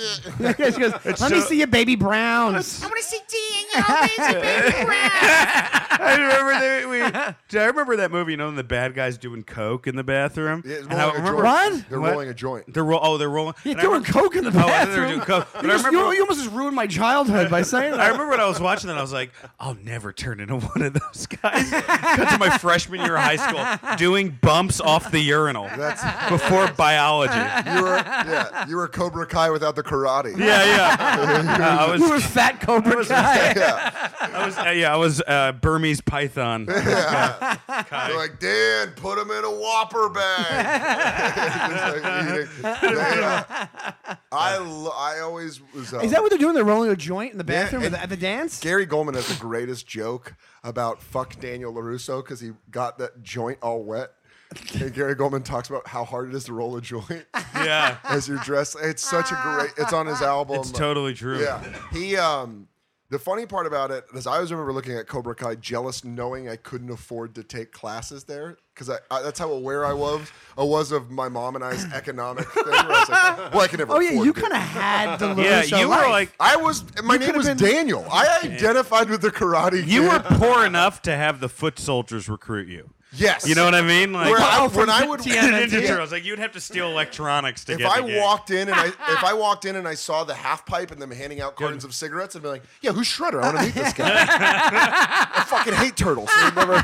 [SPEAKER 3] she goes, "Let me see your baby browns."
[SPEAKER 5] I want to see D and your amazing baby brand.
[SPEAKER 1] I remember that we. Did I remember that movie? You know, when the bad guys doing coke in the bathroom.
[SPEAKER 2] Yeah, it's
[SPEAKER 1] And I
[SPEAKER 2] rolling a
[SPEAKER 1] remember-
[SPEAKER 2] joint.
[SPEAKER 3] What?
[SPEAKER 2] They're
[SPEAKER 1] What?
[SPEAKER 2] rolling a joint.
[SPEAKER 1] They're ro- oh, they're rolling.
[SPEAKER 3] You're
[SPEAKER 1] and I
[SPEAKER 3] doing
[SPEAKER 1] remember-
[SPEAKER 3] coke in the
[SPEAKER 1] Oh, I thought they were
[SPEAKER 3] bathroom.
[SPEAKER 1] doing coke. But
[SPEAKER 3] You,
[SPEAKER 1] I
[SPEAKER 3] just- you-
[SPEAKER 1] remember,
[SPEAKER 3] you almost just ruined my childhood by saying
[SPEAKER 1] I
[SPEAKER 3] that.
[SPEAKER 1] remember when I was watching that, I was like, I'll never turn into one of those guys. Cut to my freshman year of high school, doing bumps off the urinal
[SPEAKER 2] That's
[SPEAKER 1] before biology. Yeah,
[SPEAKER 2] you were yeah, you were Cobra Kai without the karate.
[SPEAKER 1] yeah. Uh, I
[SPEAKER 3] You were
[SPEAKER 1] was,
[SPEAKER 3] fat Cobra guy.
[SPEAKER 2] Yeah.
[SPEAKER 1] I was, uh, yeah, I was uh, Burmese python.
[SPEAKER 2] They're like, Dan, put him in a Whopper bag. It's like eating- they, uh, I lo- I always was. Uh,
[SPEAKER 3] Is that what they're doing? They're rolling a joint in the
[SPEAKER 2] Yeah,
[SPEAKER 3] bathroom
[SPEAKER 2] and
[SPEAKER 3] at, the, at the dance?
[SPEAKER 2] Gary Goldman has the greatest joke about fuck Daniel Larusso because he got that joint all wet. And Gary Goldman talks about how hard it is to roll a joint
[SPEAKER 1] Yeah,
[SPEAKER 2] as you're dressed. It's such a great. It's on his album.
[SPEAKER 1] it's totally true.
[SPEAKER 2] Yeah, he. Um, the funny part about it is I always remember looking at Cobra Kai jealous, knowing I couldn't afford to take classes there because I, I that's how aware I was. I was of my mom and I's economic thing. Where I was like, well, I can never.
[SPEAKER 3] Oh yeah,
[SPEAKER 2] afford
[SPEAKER 3] you
[SPEAKER 2] to.
[SPEAKER 3] kind of had the
[SPEAKER 1] Yeah,
[SPEAKER 3] Larusso
[SPEAKER 1] you were
[SPEAKER 3] life.
[SPEAKER 1] like,
[SPEAKER 2] I was. My name
[SPEAKER 3] could've
[SPEAKER 2] was
[SPEAKER 3] been-
[SPEAKER 2] Daniel. I identified with the Karate.
[SPEAKER 1] you were
[SPEAKER 2] Kid.
[SPEAKER 1] poor enough to have the foot soldiers recruit you.
[SPEAKER 2] Yes.
[SPEAKER 1] You know what I mean? Like,
[SPEAKER 2] Where I,
[SPEAKER 3] from
[SPEAKER 2] when I would
[SPEAKER 3] TNT.
[SPEAKER 1] Ninja Turtles. Like you'd have to steal electronics to
[SPEAKER 2] If
[SPEAKER 1] get.
[SPEAKER 2] I
[SPEAKER 1] the gig.
[SPEAKER 2] walked in and I if I walked in and I saw the half pipe and them handing out cartons of cigarettes, I'd be like, "Yeah, who's Shredder? I want to meet this guy. I fucking hate turtles. I've never-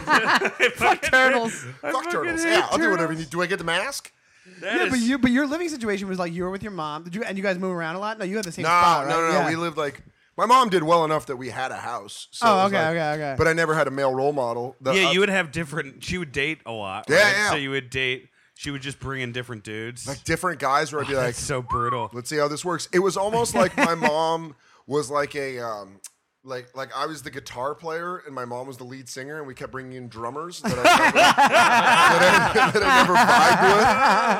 [SPEAKER 3] fuck turtles.
[SPEAKER 2] fuck turtles.
[SPEAKER 1] hate
[SPEAKER 2] Yeah, I'll do whatever you need. Do I get the mask?
[SPEAKER 1] That
[SPEAKER 3] Yeah, but
[SPEAKER 1] is-
[SPEAKER 3] you but your living situation was like you were with your mom. Did you and you guys move around a lot? No, you had the same
[SPEAKER 2] No,
[SPEAKER 3] spot, right?
[SPEAKER 2] no, no, no.
[SPEAKER 3] Yeah.
[SPEAKER 2] We lived like my mom did well enough that we had a house. So
[SPEAKER 3] Oh,
[SPEAKER 2] it was
[SPEAKER 3] okay,
[SPEAKER 2] like-
[SPEAKER 3] okay, okay.
[SPEAKER 2] But I never had a male role model. The-
[SPEAKER 1] yeah,
[SPEAKER 2] uh,
[SPEAKER 1] you would have different. She would date a lot.
[SPEAKER 2] Yeah,
[SPEAKER 1] right?
[SPEAKER 2] yeah.
[SPEAKER 1] So you would date. She would just bring in different dudes.
[SPEAKER 2] like different guys where I'd be like,
[SPEAKER 1] That's so brutal.
[SPEAKER 2] let's see how this works. It was almost like my mom was like a um, like like I was the guitar player and my mom was the lead singer and we kept bringing in drummers that I never, that I, that I never vibed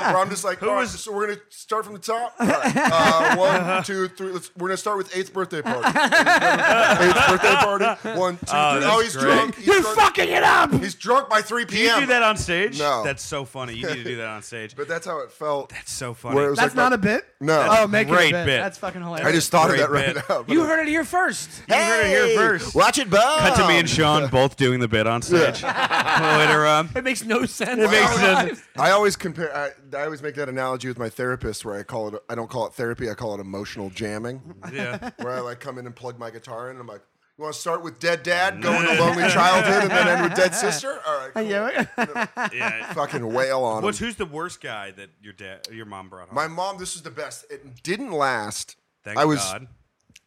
[SPEAKER 2] with. Where I'm just like, Who
[SPEAKER 1] was-
[SPEAKER 2] so we're gonna start from the top. All right. Uh, one, two, three. Let's, we're gonna start with eighth birthday party. eighth birthday party. One, two, three.
[SPEAKER 1] Oh,
[SPEAKER 2] oh,
[SPEAKER 1] that's
[SPEAKER 2] he's
[SPEAKER 1] great.
[SPEAKER 2] drunk. He's
[SPEAKER 3] You're
[SPEAKER 2] drunk.
[SPEAKER 3] fucking it up.
[SPEAKER 2] He's drunk by 3
[SPEAKER 1] Do you
[SPEAKER 2] p.m.
[SPEAKER 1] do that on stage?
[SPEAKER 2] No.
[SPEAKER 1] That's so funny. You need to do that on stage.
[SPEAKER 2] But that's how it felt.
[SPEAKER 1] That's so funny.
[SPEAKER 2] Where it was like
[SPEAKER 3] That's not
[SPEAKER 2] my-
[SPEAKER 3] a bit.
[SPEAKER 2] No. That's
[SPEAKER 3] Oh,
[SPEAKER 2] a
[SPEAKER 3] make
[SPEAKER 1] great
[SPEAKER 3] it a bit.
[SPEAKER 1] bit.
[SPEAKER 2] That's
[SPEAKER 3] That's fucking hilarious.
[SPEAKER 2] I just thought of
[SPEAKER 1] Great
[SPEAKER 2] that right
[SPEAKER 1] bit.
[SPEAKER 2] now. but
[SPEAKER 3] you
[SPEAKER 2] it-
[SPEAKER 3] heard it here first.
[SPEAKER 1] you heard it here first.
[SPEAKER 2] Watch it, Bob.
[SPEAKER 1] Cut to me and Sean both doing the bit on stage uh, later on.
[SPEAKER 3] It makes no sense.
[SPEAKER 1] It makes sense.
[SPEAKER 2] I always compare. I, I always make that analogy with my therapist, where I call it. I don't call it therapy. I call it emotional jamming,
[SPEAKER 1] Yeah.
[SPEAKER 2] where I like come in and plug my guitar in, and I'm like, "You want to start with Dead Dad, go into Lonely Childhood, and then end with Dead Sister? All right, cool.
[SPEAKER 3] Yeah.
[SPEAKER 1] Yeah.
[SPEAKER 2] fucking wail on
[SPEAKER 1] What's
[SPEAKER 2] him."
[SPEAKER 1] who's the worst guy that your dad, your mom brought home?
[SPEAKER 2] My mom. This is the best. It didn't last.
[SPEAKER 1] Thank
[SPEAKER 2] I was
[SPEAKER 1] God.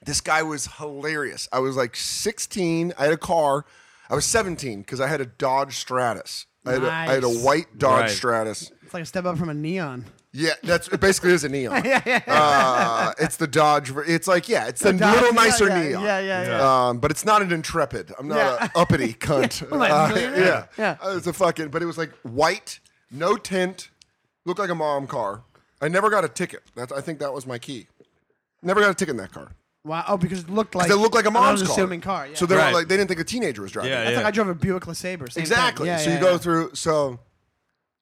[SPEAKER 2] this guy was hilarious. I was like 16. I had a car. I was 17 because I had a Dodge Stratus. I had, a, I had a
[SPEAKER 3] Nice.
[SPEAKER 2] white Dodge
[SPEAKER 1] Right.
[SPEAKER 2] Stratus.
[SPEAKER 3] It's like a step up from a neon.
[SPEAKER 2] Yeah, that's it. Basically, is a neon. Uh, it's the Dodge. ver- It's like yeah, it's the,
[SPEAKER 3] Dodge,
[SPEAKER 2] little
[SPEAKER 3] yeah,
[SPEAKER 2] nicer
[SPEAKER 3] yeah,
[SPEAKER 2] neon.
[SPEAKER 3] yeah, yeah,
[SPEAKER 2] Um, but it's not an intrepid. I'm not
[SPEAKER 3] Yeah.
[SPEAKER 2] a uppity cunt.
[SPEAKER 3] I'm not a millionaire.
[SPEAKER 2] yeah,
[SPEAKER 3] Yeah.
[SPEAKER 2] Uh, It's a fucking. But it was like white, no tint, looked like a mom car. I never got a ticket. That's, I think that was my key. Never got a ticket in that car.
[SPEAKER 3] Wow. Oh, because it looked like
[SPEAKER 2] They look like a
[SPEAKER 3] I
[SPEAKER 2] mom's
[SPEAKER 3] was
[SPEAKER 2] car.
[SPEAKER 3] assuming car. Yeah.
[SPEAKER 2] So they were
[SPEAKER 1] Right.
[SPEAKER 2] like they didn't think a teenager was driving.
[SPEAKER 1] Yeah,
[SPEAKER 2] it.
[SPEAKER 1] yeah.
[SPEAKER 3] It's like I drove a Buick LeSabre. same
[SPEAKER 2] Exactly.
[SPEAKER 3] thing. Yeah,
[SPEAKER 2] so
[SPEAKER 3] yeah,
[SPEAKER 2] you go
[SPEAKER 3] yeah.
[SPEAKER 2] through. So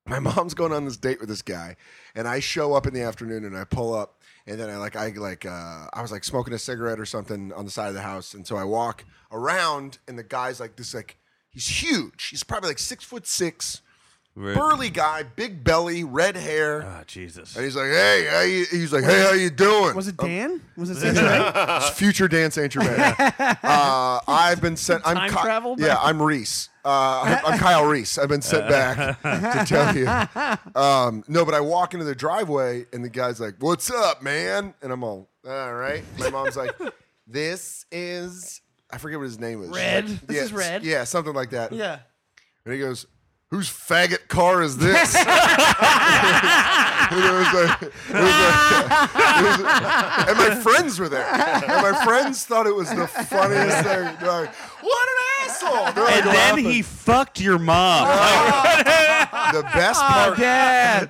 [SPEAKER 2] my mom's going on this date with this guy, and I show up in the afternoon, and I pull up, and then I like I like uh, I was like smoking a cigarette or something on the side of the house, and so I walk around, and the guy's like this like he's huge. He's probably like six foot six, burly guy, big belly, red hair.
[SPEAKER 1] Ah, Jesus.
[SPEAKER 2] and he's like, hey, how you, he's like, hey, how you doing?
[SPEAKER 3] Was it Dan? Was it Saint
[SPEAKER 2] It's future Dan Saint Germain. uh, I've been sent. I'm
[SPEAKER 3] Time
[SPEAKER 2] Ky-
[SPEAKER 3] travel back?
[SPEAKER 2] Yeah, I'm Reese. Uh, I'm, I'm Kyle Reese. I've been sent back to tell you. Um, no, but I walk into the driveway and the guy's like, "What's up, man?" And I'm all, "All right." My mom's like, "This is." I forget what his name is.
[SPEAKER 3] Red.
[SPEAKER 2] Yeah,
[SPEAKER 3] This is Red.
[SPEAKER 2] Yeah, something like that.
[SPEAKER 3] Yeah.
[SPEAKER 2] And he goes, Whose faggot car is this? and it was like, it was like- it was- and my friends were there. And my friends thought it was the funniest thing. They're like, what an asshole. They're like
[SPEAKER 1] And then
[SPEAKER 2] laughing.
[SPEAKER 1] he fucked your mom. Oh,
[SPEAKER 2] the best part.
[SPEAKER 3] Dad.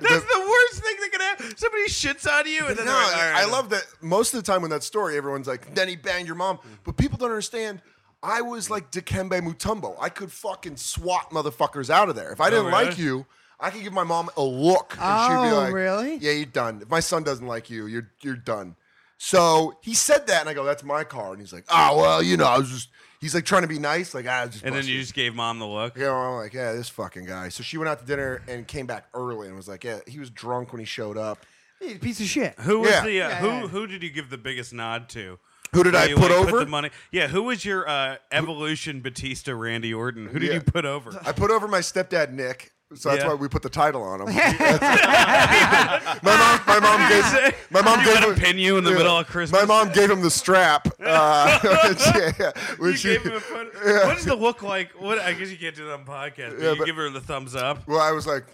[SPEAKER 1] That's the worst thing that could happen. Somebody shits on you, and then
[SPEAKER 2] No,
[SPEAKER 1] they're like, "All
[SPEAKER 2] I
[SPEAKER 1] right,
[SPEAKER 2] love that. Most of the time when that story, everyone's like, then he banged your mom. But people don't understand. I was like Dikembe Mutombo. I could fucking swat motherfuckers out of there. If I didn't
[SPEAKER 1] Oh, really?
[SPEAKER 2] like you, I could give my mom a look. And she'd be
[SPEAKER 3] Oh,
[SPEAKER 2] like,
[SPEAKER 3] really?
[SPEAKER 2] Yeah, you're done. If my son doesn't like you, you're you're done. So he said that, and I go, "That's my car." And he's like, "Oh well, you know, I was just." He's like trying to be nice, like "Ah, I was just.
[SPEAKER 1] And then
[SPEAKER 2] busted."
[SPEAKER 1] you just gave mom the look.
[SPEAKER 2] Yeah, I'm like, yeah, this fucking guy. So she went out to dinner and came back early and was like, yeah, he was drunk when he showed up.
[SPEAKER 3] He's a piece of shit.
[SPEAKER 1] Who was
[SPEAKER 2] Yeah.
[SPEAKER 1] the uh,
[SPEAKER 3] Yeah,
[SPEAKER 1] who
[SPEAKER 3] yeah.
[SPEAKER 1] who did you give the biggest nod to?
[SPEAKER 2] Who did
[SPEAKER 1] Where
[SPEAKER 2] I
[SPEAKER 1] you,
[SPEAKER 2] put
[SPEAKER 1] like,
[SPEAKER 2] over?
[SPEAKER 1] the money? Yeah, who was your uh, evolution Batista Randy Orton? Who did
[SPEAKER 2] Yeah.
[SPEAKER 1] you put over?
[SPEAKER 2] I put over my stepdad Nick, so that's
[SPEAKER 1] Yeah.
[SPEAKER 2] why we put the title on him. That's- my mom, my mom gave, my mom
[SPEAKER 1] You
[SPEAKER 2] gave
[SPEAKER 1] let him
[SPEAKER 2] him
[SPEAKER 1] pin you in the
[SPEAKER 2] yeah.
[SPEAKER 1] middle of Christmas?
[SPEAKER 2] My mom gave him the strap. Uh, yeah, yeah, when
[SPEAKER 1] you
[SPEAKER 2] she-
[SPEAKER 1] gave him a foot. What does the look like? What I guess you can't do it on podcast. But
[SPEAKER 2] Yeah,
[SPEAKER 1] you
[SPEAKER 2] but-
[SPEAKER 1] give her the thumbs up.
[SPEAKER 2] well, I was like,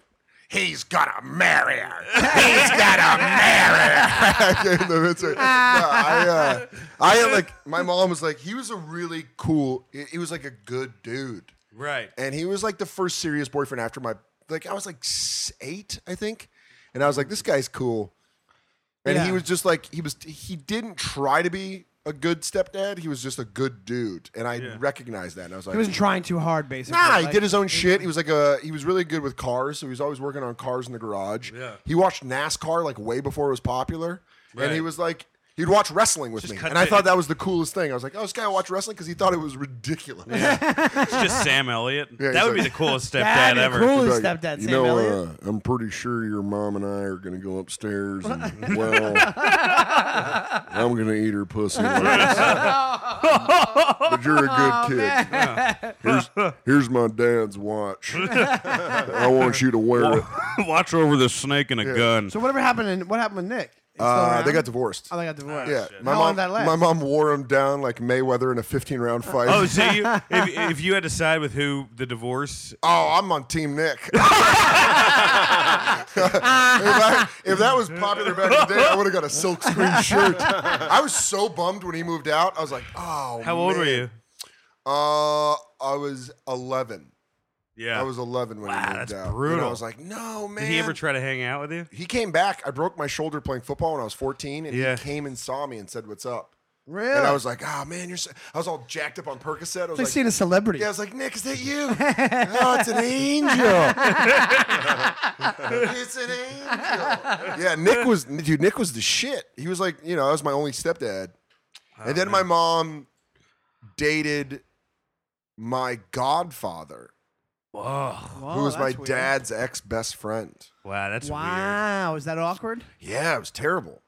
[SPEAKER 5] He's gonna marry her. He's gonna marry her.
[SPEAKER 2] I gave them it's like, no, I, uh, I had, like, my mom was like, he was a really cool. He he was like a good dude.
[SPEAKER 1] Right.
[SPEAKER 2] and he was like the first serious boyfriend after my like I was like s- eight, I think, and I was like, this guy's cool, and he
[SPEAKER 3] Yeah.
[SPEAKER 2] was just like he was he didn't try to be a good stepdad. He was just a good dude, and I recognized that, and I was like.
[SPEAKER 3] He wasn't trying too hard, basically.
[SPEAKER 2] Nah, he
[SPEAKER 3] Like,
[SPEAKER 2] did his own shit. He was like a he was really good with cars, so he was always working on cars in the garage.
[SPEAKER 1] Yeah.
[SPEAKER 2] He watched NASCAR like way before it was popular,
[SPEAKER 1] Right.
[SPEAKER 2] and he was like he'd watch wrestling with
[SPEAKER 1] Just
[SPEAKER 2] me,
[SPEAKER 1] cut
[SPEAKER 2] and I
[SPEAKER 1] the-
[SPEAKER 2] thought that was the coolest thing. I was like, oh, this guy watched wrestling because he thought it was ridiculous.
[SPEAKER 1] It's just Sam Elliott.
[SPEAKER 2] Yeah,
[SPEAKER 1] that would
[SPEAKER 2] exactly.
[SPEAKER 1] be the coolest stepdad
[SPEAKER 3] That'd be
[SPEAKER 1] ever.
[SPEAKER 3] cool as
[SPEAKER 2] He's like,
[SPEAKER 3] stepdad,
[SPEAKER 2] you
[SPEAKER 3] Sam
[SPEAKER 2] know, uh,
[SPEAKER 3] Elliott.
[SPEAKER 2] I'm pretty sure your mom and I are going to go upstairs and, well, I'm going to eat her pussy. but you're a
[SPEAKER 3] Oh,
[SPEAKER 2] good kid. Here's, here's my dad's watch. I want you to wear it.
[SPEAKER 1] Watch over the snake and a gun.
[SPEAKER 3] So whatever happened? In, what happened with Nick? He's still
[SPEAKER 2] Uh,
[SPEAKER 3] around?
[SPEAKER 2] they got divorced.
[SPEAKER 3] Oh, they got divorced.
[SPEAKER 2] Yeah,
[SPEAKER 3] How long did that last?
[SPEAKER 2] my mom wore him down like Mayweather in a 15 round fight.
[SPEAKER 1] oh, so you, if, if you had to side with who the divorce,
[SPEAKER 2] Oh, I'm on Team Nick. if, I- if that was popular back in the day, I would have got a silk screen shirt. I was so bummed when he moved out. I was like, oh.
[SPEAKER 1] how old were
[SPEAKER 2] man.
[SPEAKER 1] you?
[SPEAKER 2] Uh, I was 11.
[SPEAKER 1] Yeah.
[SPEAKER 2] I was 11 when he
[SPEAKER 1] Wow,
[SPEAKER 2] moved
[SPEAKER 1] that's
[SPEAKER 2] out. And
[SPEAKER 1] brutal.
[SPEAKER 2] I was like, no, man.
[SPEAKER 1] Did he ever try to hang out with you?
[SPEAKER 2] He came back. I broke my shoulder playing football when I was 14, and
[SPEAKER 1] Yeah.
[SPEAKER 2] he came and saw me and said, what's up?
[SPEAKER 3] really?
[SPEAKER 2] And I was like, oh, man, you're. So... I was all jacked up on Percocet. I was
[SPEAKER 3] They
[SPEAKER 2] like,
[SPEAKER 3] seen a celebrity.
[SPEAKER 2] yeah, I was like, Nick, is that you? oh, it's an angel. it's an angel. Yeah, Nick was dude. Nick was the shit. He was like, you know, I was my only stepdad. and then my mom dated my godfather,
[SPEAKER 3] Wow,
[SPEAKER 2] who was my
[SPEAKER 3] Oh, that's weird.
[SPEAKER 2] dad's ex best friend.
[SPEAKER 1] Wow, that's weird.
[SPEAKER 3] Wow, is that awkward?
[SPEAKER 2] Yeah, it was terrible.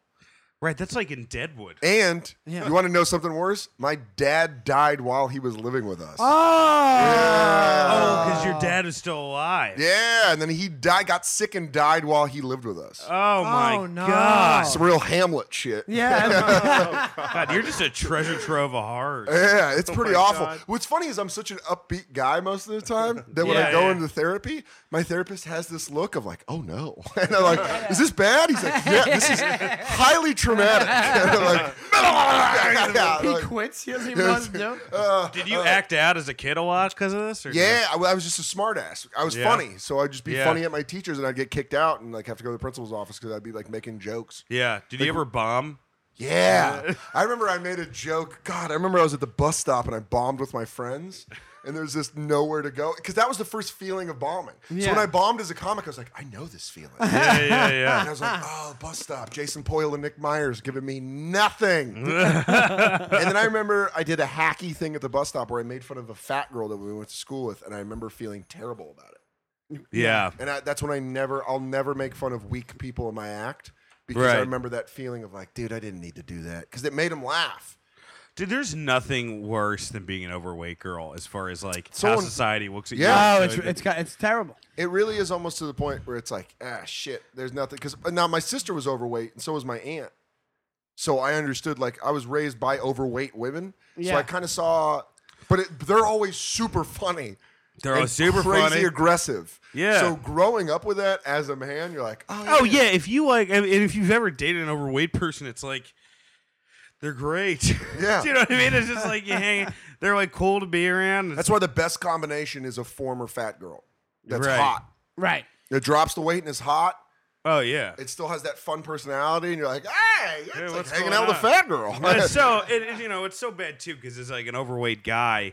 [SPEAKER 1] Right, that's like in Deadwood.
[SPEAKER 2] And
[SPEAKER 3] Yeah.
[SPEAKER 2] you want to know something worse? My dad died while he was living with us.
[SPEAKER 3] Oh,
[SPEAKER 1] Oh, because your dad is still alive.
[SPEAKER 2] Yeah, and then he died, got sick, and died while he lived with us.
[SPEAKER 1] Oh my
[SPEAKER 3] Oh, no.
[SPEAKER 1] god.
[SPEAKER 2] Some real Hamlet shit.
[SPEAKER 3] yeah. that's-
[SPEAKER 1] god! You're just a treasure trove of horrors.
[SPEAKER 2] Yeah, it's pretty
[SPEAKER 4] my
[SPEAKER 2] awful.
[SPEAKER 4] God.
[SPEAKER 2] What's funny is I'm such an upbeat guy most of the time that when
[SPEAKER 1] Yeah,
[SPEAKER 2] I go
[SPEAKER 1] yeah.
[SPEAKER 2] into therapy, my therapist has this look of like, "Oh no," and I'm like, "Is this bad?" He's like, "Yeah, this is highly traumatic." And I'm like, yeah,
[SPEAKER 3] he
[SPEAKER 2] like,
[SPEAKER 3] quits. He doesn't even know what to do.
[SPEAKER 1] Did you act out as a kid a lot because of this? Or no?
[SPEAKER 2] yeah, I, I was just a smartass. I was
[SPEAKER 1] Yeah.
[SPEAKER 2] funny, so I'd just be
[SPEAKER 1] Yeah.
[SPEAKER 2] funny at my teachers, and I'd get kicked out and like have to go to the principal's office because I'd be like making jokes.
[SPEAKER 1] Yeah. Did you ever bomb?
[SPEAKER 2] Yeah. I remember I made a joke. God, I remember I was at the bus stop and I bombed with my friends. And there's just nowhere to go. Because that was the first feeling of bombing. So when
[SPEAKER 3] Yeah.
[SPEAKER 2] I bombed as a comic, I was like, I know this feeling. and
[SPEAKER 1] Yeah, yeah,
[SPEAKER 2] I
[SPEAKER 1] yeah.
[SPEAKER 2] was like, oh, bus stop. Jason Poyle and Nick Myers giving me nothing. and then I remember I did a hacky thing at the bus stop where I made fun of a fat girl that we went to school with. And I remember feeling terrible about it.
[SPEAKER 1] yeah.
[SPEAKER 2] And I, that's when I never, I'll never make fun of weak people in my act because I
[SPEAKER 1] Right.
[SPEAKER 2] remember that feeling of like, dude, I didn't need to do that because it made him laugh.
[SPEAKER 1] Dude, there's nothing worse than being an overweight girl as far as like how
[SPEAKER 2] Someone-
[SPEAKER 1] society looks at
[SPEAKER 2] Yeah.
[SPEAKER 1] you.
[SPEAKER 3] Oh, it's it's got, it's terrible.
[SPEAKER 2] It really is almost to the point where it's like, ah, shit, there's nothing. Because now my sister was overweight and so was my aunt. So I understood, like, I was raised by overweight women. So
[SPEAKER 3] Yeah.
[SPEAKER 2] I kind of saw, but it, they're always super funny.
[SPEAKER 1] They're
[SPEAKER 2] and
[SPEAKER 1] all Oh, super
[SPEAKER 2] crazy
[SPEAKER 1] funny.
[SPEAKER 2] aggressive.
[SPEAKER 1] Yeah.
[SPEAKER 2] So growing up with that as a man, you're like, oh,
[SPEAKER 1] Oh yeah, if you like, and and if you've ever dated an overweight person, it's like they're great.
[SPEAKER 2] Yeah.
[SPEAKER 1] Do you know what I mean? It's just like you hang. They're like cool to be around. It's-
[SPEAKER 2] That's why the best combination is a former fat girl that's
[SPEAKER 1] Right.
[SPEAKER 2] hot.
[SPEAKER 3] Right.
[SPEAKER 2] It drops the weight and is hot.
[SPEAKER 1] oh yeah.
[SPEAKER 2] It still has that fun personality, and you're like, hey, it's like
[SPEAKER 1] what's
[SPEAKER 2] hanging
[SPEAKER 1] going
[SPEAKER 2] out with a
[SPEAKER 1] on?
[SPEAKER 2] fat girl.
[SPEAKER 1] Uh, so it, it- you know it's so bad too because it's like an overweight guy.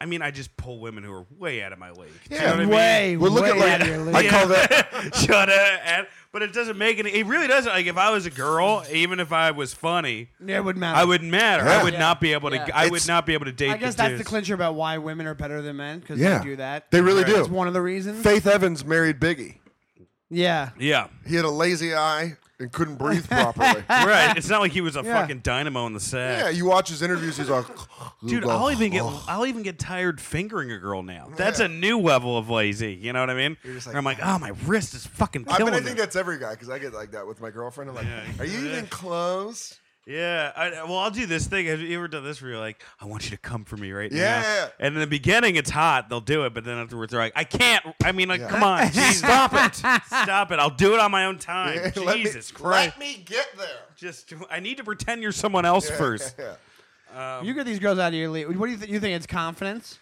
[SPEAKER 1] I mean, I just pull women who are way out of my league. Do
[SPEAKER 2] Yeah.
[SPEAKER 1] you know what I
[SPEAKER 3] way,
[SPEAKER 1] mean?
[SPEAKER 2] We're looking like
[SPEAKER 3] way out of your league.
[SPEAKER 2] I call that.
[SPEAKER 1] Shut up. and- But it doesn't make any. It really doesn't. Like if I was a girl, even if I was funny,
[SPEAKER 3] Yeah, it wouldn't matter.
[SPEAKER 1] I wouldn't matter.
[SPEAKER 2] Yeah.
[SPEAKER 1] I would
[SPEAKER 3] Yeah.
[SPEAKER 1] not be able to.
[SPEAKER 3] Yeah.
[SPEAKER 1] I
[SPEAKER 2] It's-
[SPEAKER 1] would not be able to date.
[SPEAKER 3] I guess
[SPEAKER 1] the
[SPEAKER 3] that's the
[SPEAKER 1] dudes.
[SPEAKER 3] clincher about why women are better than men because
[SPEAKER 2] Yeah,
[SPEAKER 3] they do that.
[SPEAKER 2] They really
[SPEAKER 3] That's
[SPEAKER 2] do.
[SPEAKER 3] one of the reasons.
[SPEAKER 2] Faith Evans married Biggie.
[SPEAKER 3] Yeah.
[SPEAKER 1] Yeah.
[SPEAKER 2] He had a lazy eye and couldn't breathe properly.
[SPEAKER 1] right. It's not like he was a
[SPEAKER 3] Yeah.
[SPEAKER 1] fucking dynamo in the
[SPEAKER 2] yeah, oh.
[SPEAKER 1] sack.
[SPEAKER 2] you watch his interviews. He's like,
[SPEAKER 1] Dude, I'll even get I'll even get tired fingering a girl now. That's a new level of lazy. You know what I mean?
[SPEAKER 2] just
[SPEAKER 1] Where
[SPEAKER 2] like,
[SPEAKER 1] I'm like, oh, my wrist is fucking
[SPEAKER 2] I
[SPEAKER 1] killing
[SPEAKER 2] mean, I
[SPEAKER 1] me.
[SPEAKER 2] think that's every guy because I get like that with my girlfriend. I'm like,
[SPEAKER 1] Yeah.
[SPEAKER 2] are you even close?
[SPEAKER 1] Yeah. I, well, I'll do this thing. Have you ever done this where you're like, I want you to come for me right now?
[SPEAKER 2] Yeah.
[SPEAKER 1] And in the beginning, it's hot. They'll do it. But then afterwards, they're like, I can't. I mean, like,
[SPEAKER 2] Yeah.
[SPEAKER 1] come on. Stop it. Stop it. I'll do it on my own time.
[SPEAKER 2] Let me-
[SPEAKER 1] Jesus Christ.
[SPEAKER 2] Let me get there.
[SPEAKER 1] Just, I need to pretend you're someone else first.
[SPEAKER 2] Yeah.
[SPEAKER 1] Um,
[SPEAKER 3] you get these girls out of your league. What do you think? You think it's confidence?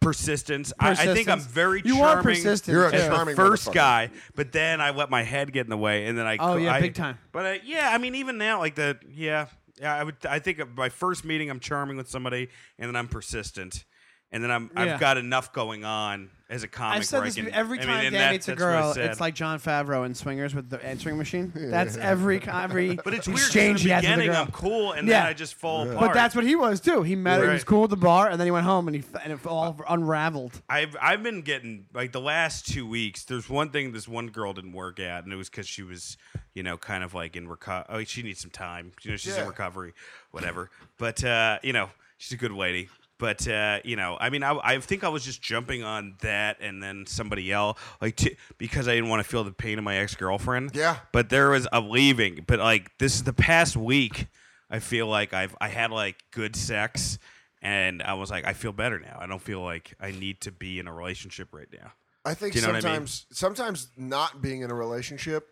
[SPEAKER 1] Persistence. I, I think I'm
[SPEAKER 3] Persistence?
[SPEAKER 1] very
[SPEAKER 3] You
[SPEAKER 1] charming.
[SPEAKER 3] are persistent.
[SPEAKER 2] You're a
[SPEAKER 1] As
[SPEAKER 2] Yeah.
[SPEAKER 1] the
[SPEAKER 2] Charming
[SPEAKER 1] first
[SPEAKER 2] motherfucker.
[SPEAKER 1] guy, but then I let my head get in the way, and then I
[SPEAKER 3] Oh, yeah,
[SPEAKER 1] I-
[SPEAKER 3] big time.
[SPEAKER 1] But uh, yeah, I mean, even now, like the yeah, yeah, I would I think of my first meeting, I'm charming with somebody, and then I'm persistent, and then I'm
[SPEAKER 3] Yeah.
[SPEAKER 1] I've got enough going on as a comic.
[SPEAKER 3] I've said
[SPEAKER 1] where I
[SPEAKER 3] this
[SPEAKER 1] can-
[SPEAKER 3] every
[SPEAKER 1] I mean,
[SPEAKER 3] time
[SPEAKER 1] and
[SPEAKER 3] Dan
[SPEAKER 1] that-
[SPEAKER 3] meets a
[SPEAKER 1] that's what I
[SPEAKER 3] girl.
[SPEAKER 1] said.
[SPEAKER 3] It's like John Favreau in Swingers with the answering machine. That's every every
[SPEAKER 1] but it's weird. 'cause in
[SPEAKER 3] exchange
[SPEAKER 1] the
[SPEAKER 3] he has with the
[SPEAKER 1] beginning,
[SPEAKER 3] girl.
[SPEAKER 1] I'm cool, and
[SPEAKER 3] Yeah.
[SPEAKER 1] then I just fall apart.
[SPEAKER 3] But that's what he was too. He met her. He was
[SPEAKER 1] Right. Uh,
[SPEAKER 3] cool at the bar, and then he went home, and he f- and it all unraveled.
[SPEAKER 1] I've I've been getting like the last two weeks. There's one thing this one girl didn't work out, and it was because she was, you know, kind of like in recovery. Oh, she needs some time. You know, she's
[SPEAKER 2] Yeah.
[SPEAKER 1] in recovery, whatever. But uh, you know, she's a good lady. But uh, you know, I mean, I, I think I was just jumping on that, and then somebody else, like, t- because I didn't want to feel the pain of my ex girlfriend.
[SPEAKER 2] Yeah.
[SPEAKER 1] But there was a leaving. But like this is the past week, I feel like I've I had like good sex, and I was like I feel better now. I don't feel like I need to be in a relationship right now.
[SPEAKER 2] I think
[SPEAKER 1] Do you know what I mean?
[SPEAKER 2] sometimes, sometimes not being in a relationship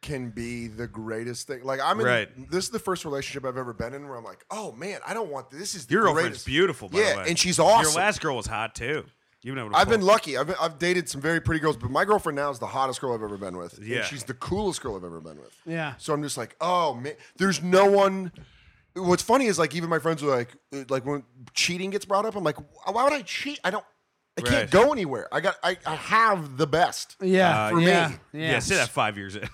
[SPEAKER 2] can be the greatest thing. Like I'm in
[SPEAKER 1] Right.
[SPEAKER 2] this is the first relationship I've ever been in where I'm like, oh man, I don't want this. Is the
[SPEAKER 1] Your girlfriend's
[SPEAKER 2] greatest.
[SPEAKER 1] beautiful, by
[SPEAKER 2] yeah,
[SPEAKER 1] the way.
[SPEAKER 2] and she's
[SPEAKER 1] Your
[SPEAKER 2] awesome.
[SPEAKER 1] last girl was hot too. You've been able to
[SPEAKER 2] I've been
[SPEAKER 1] pull-
[SPEAKER 2] lucky. I've, been, I've dated some very pretty girls, but my girlfriend now is the hottest girl I've ever been with.
[SPEAKER 1] Yeah.
[SPEAKER 2] And she's the coolest girl I've ever been with.
[SPEAKER 3] Yeah.
[SPEAKER 2] So I'm just like, oh man, there's no one. What's funny is like even my friends are like, uh, like when cheating gets brought up, I'm like, why would I cheat? I don't, I
[SPEAKER 1] Right.
[SPEAKER 2] can't go anywhere. I got, I, I have the best.
[SPEAKER 3] Yeah,
[SPEAKER 1] Uh,
[SPEAKER 2] for me.
[SPEAKER 3] yeah,
[SPEAKER 1] Yeah,
[SPEAKER 3] yeah.
[SPEAKER 1] say that five years in.